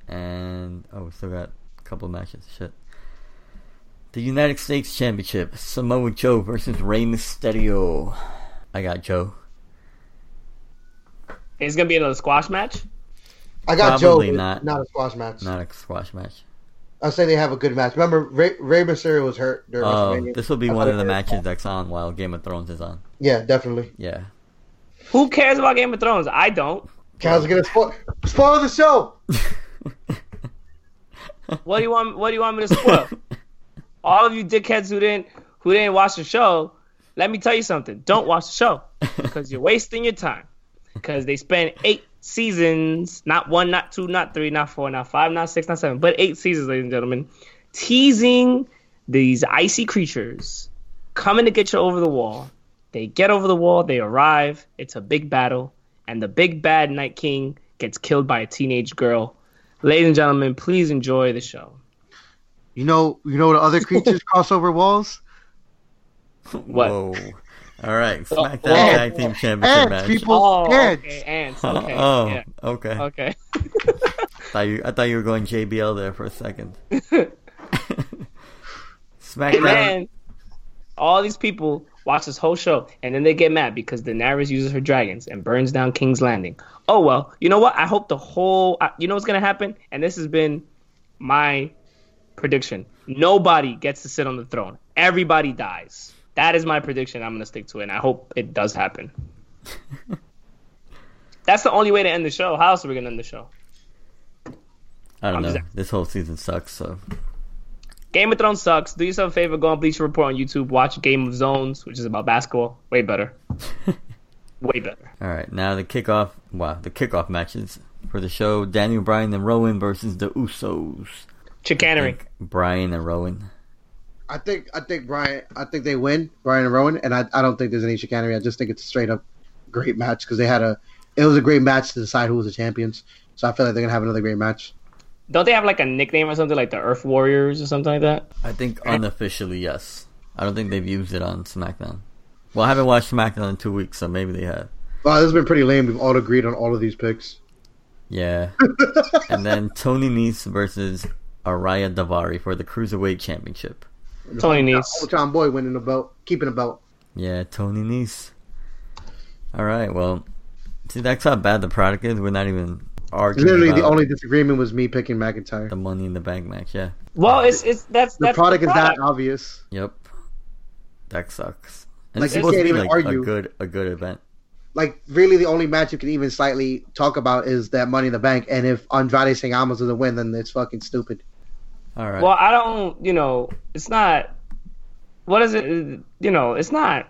S1: and oh, we still got a couple of matches. Shit. The United States Championship: Samoa Joe versus Rey Mysterio. I got Joe.
S3: It's gonna be another squash match.
S2: I got
S1: Probably
S2: Joe, but
S1: not.
S2: not. not a squash match.
S1: Not a squash match.
S2: I say they have a good match. Remember, Ray, Ray Mysterio was hurt during
S1: Oh,
S2: WrestleMania.
S1: this will be
S2: I
S1: one
S2: thought
S1: of the
S2: it-
S1: matches that's on while Game of Thrones is on.
S2: Yeah, definitely.
S1: Yeah.
S3: Who cares about Game of Thrones? I don't.
S2: Kyle's gonna spoil spoil the show.
S3: What do you want? What do you want me to spoil? All of you dickheads who didn't who didn't watch the show, let me tell you something. Don't watch the show because you're wasting your time. Because they spent eight seasons, not one, not two, not three, not four, not five, not six, not seven, but eight seasons, ladies and gentlemen, teasing these icy creatures coming to get you over the wall. They get over the wall, they arrive, it's a big battle, and the big bad Night King gets killed by a teenage girl. Ladies and gentlemen, please enjoy the show.
S2: You know, you know what other creatures cross over walls?
S3: What?
S1: Whoa. All right, SmackDown
S3: oh,
S1: Tag Team Championship
S2: Ants,
S1: match.
S2: people, ants.
S3: okay, ants.
S1: Oh,
S3: Okay,
S1: oh,
S3: yeah,
S1: okay.
S3: okay.
S1: Thought you, I thought you were going JBL there for a second. SmackDown.
S3: And then all these people watch this whole show, and then they get mad because Daenerys uses her dragons and burns down King's Landing. Oh well, you know what? I hope the whole. I- You know what's gonna happen? And this has been my prediction. Nobody gets to sit on the throne. Everybody dies. That is my prediction. I'm gonna stick to it, and I hope it does happen. That's the only way to end the show. How else are we gonna end the show?
S1: I don't
S3: I'm
S1: know.
S3: just-
S1: This whole season sucks. So
S3: Game of Thrones sucks. Do yourself a favor, go on Bleacher Report on YouTube, watch Game of Zones, which is about basketball. Way better. Way better.
S1: all right, now the kickoff. Wow, the kickoff matches for the show: Daniel Bryan and Rowan versus the Usos. I
S3: Chicanery.
S1: think Bryan and Rowan.
S2: I think I think Brian I think they win Brian and Rowan and I, I don't think there's any chicanery I just think it's a straight up great match because they had a it was a great match to decide who was the champions so I feel like they're gonna have another great match
S3: Don't they have like a nickname or something like the Earth Warriors or something like that?
S1: I think unofficially, yes. I don't think they've used it on SmackDown. Well, I haven't watched SmackDown in two weeks, so maybe they have.
S2: wow this has been pretty lame we've all agreed on all of these picks
S1: Yeah. and then Tony Nese versus Araya Davari for the Cruiserweight Championship.
S3: Tony
S2: Old
S3: Nese.
S2: John Boy winning the belt, keeping the belt.
S1: Yeah, Tony Nese. All right, well, see, that's how bad the product is. We're not even arguing.
S2: Literally, the
S1: about
S2: only disagreement was me picking McIntyre.
S1: the Money in the Bank match. Yeah.
S3: Well, it's it's that's
S2: The
S3: that's
S2: product is that obvious.
S1: Yep. That sucks. And
S2: Like,
S1: it's
S2: you
S1: supposed to
S2: can't
S1: be
S2: even
S1: like a
S2: argue.
S1: good a good event.
S2: Like, really, the only match you can even slightly talk about is that Money in the Bank. And if Andrade Singh Almas doesn't win, then it's fucking stupid.
S1: All right.
S3: Well, I don't. You know, it's not. What is it? You know, it's not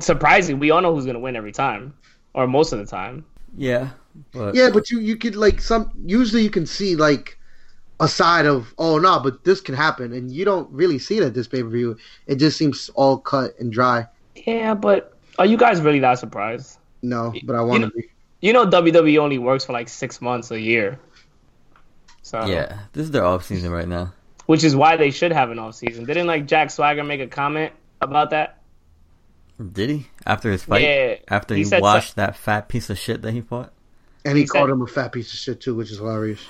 S3: surprising. We all know who's gonna win every time, or most of the time.
S1: yeah. But
S2: Yeah, but you you could like some. Usually, you can see like a side of oh no, but this can happen, and you don't really see that this pay per view. It just seems all cut and dry.
S3: Yeah, but are you guys really that surprised?
S2: No, but I want to
S3: know-
S2: be.
S3: You know, WWE only works for like six months a year. So
S1: yeah, this is their off season right now.
S3: which is why they should have an off season. Didn't like Jack Swagger make a comment about that?
S1: Did he after his fight?
S3: Yeah,
S1: After
S3: he
S1: he,
S3: said
S1: washed that fat piece of shit that he fought.
S2: And he,
S3: He
S2: called
S3: said-
S2: him a fat piece of shit too, which is hilarious.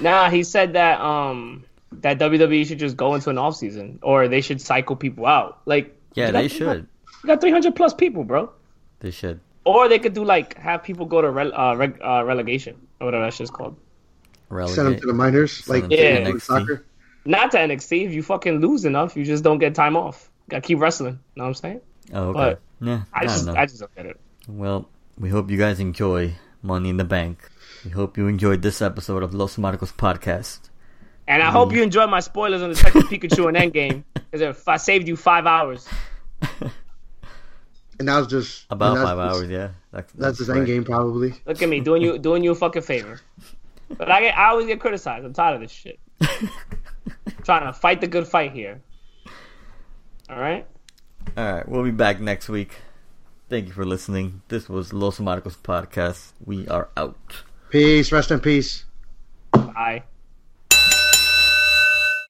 S3: Nah, he said that um that WWE should just go into an off season or they should cycle people out. Like
S1: yeah,
S3: you got
S1: they
S3: 300
S1: should.
S3: You got 300 plus people, bro.
S1: They should.
S3: Or they could do like have people go to rel- uh, reg- uh, relegation or whatever that shit's called.
S2: Send him
S1: Relegate.
S2: to the minors,
S1: Send
S2: like
S1: him to
S2: yeah,
S1: NXT.
S2: soccer.
S3: Not to NXT. If you fucking lose enough, you just don't get time off. Got to keep wrestling. You know what I'm saying?
S1: Oh, okay.
S3: But
S1: yeah, I,
S3: I just
S1: don't know.
S3: I just don't get it.
S1: Well, we hope you guys enjoy Money in the Bank. We hope you enjoyed this episode of Los Marcos podcast.
S3: And I hope you enjoyed my spoilers on the second Pikachu and Endgame because if I saved you five hours.
S2: And that was just
S1: About
S2: and that's
S1: five
S2: just-
S1: hours, yeah. That's,
S2: That's his
S1: right.
S2: end game, probably.
S3: Look at me doing you doing you a fucking favor. But I get I always get criticized. I'm tired of this shit. trying to fight the good fight here. All right.
S1: All right, we'll be back next week. Thank you for listening. This was Los Marcos podcast. We are out.
S2: Peace, rest in peace.
S3: Bye.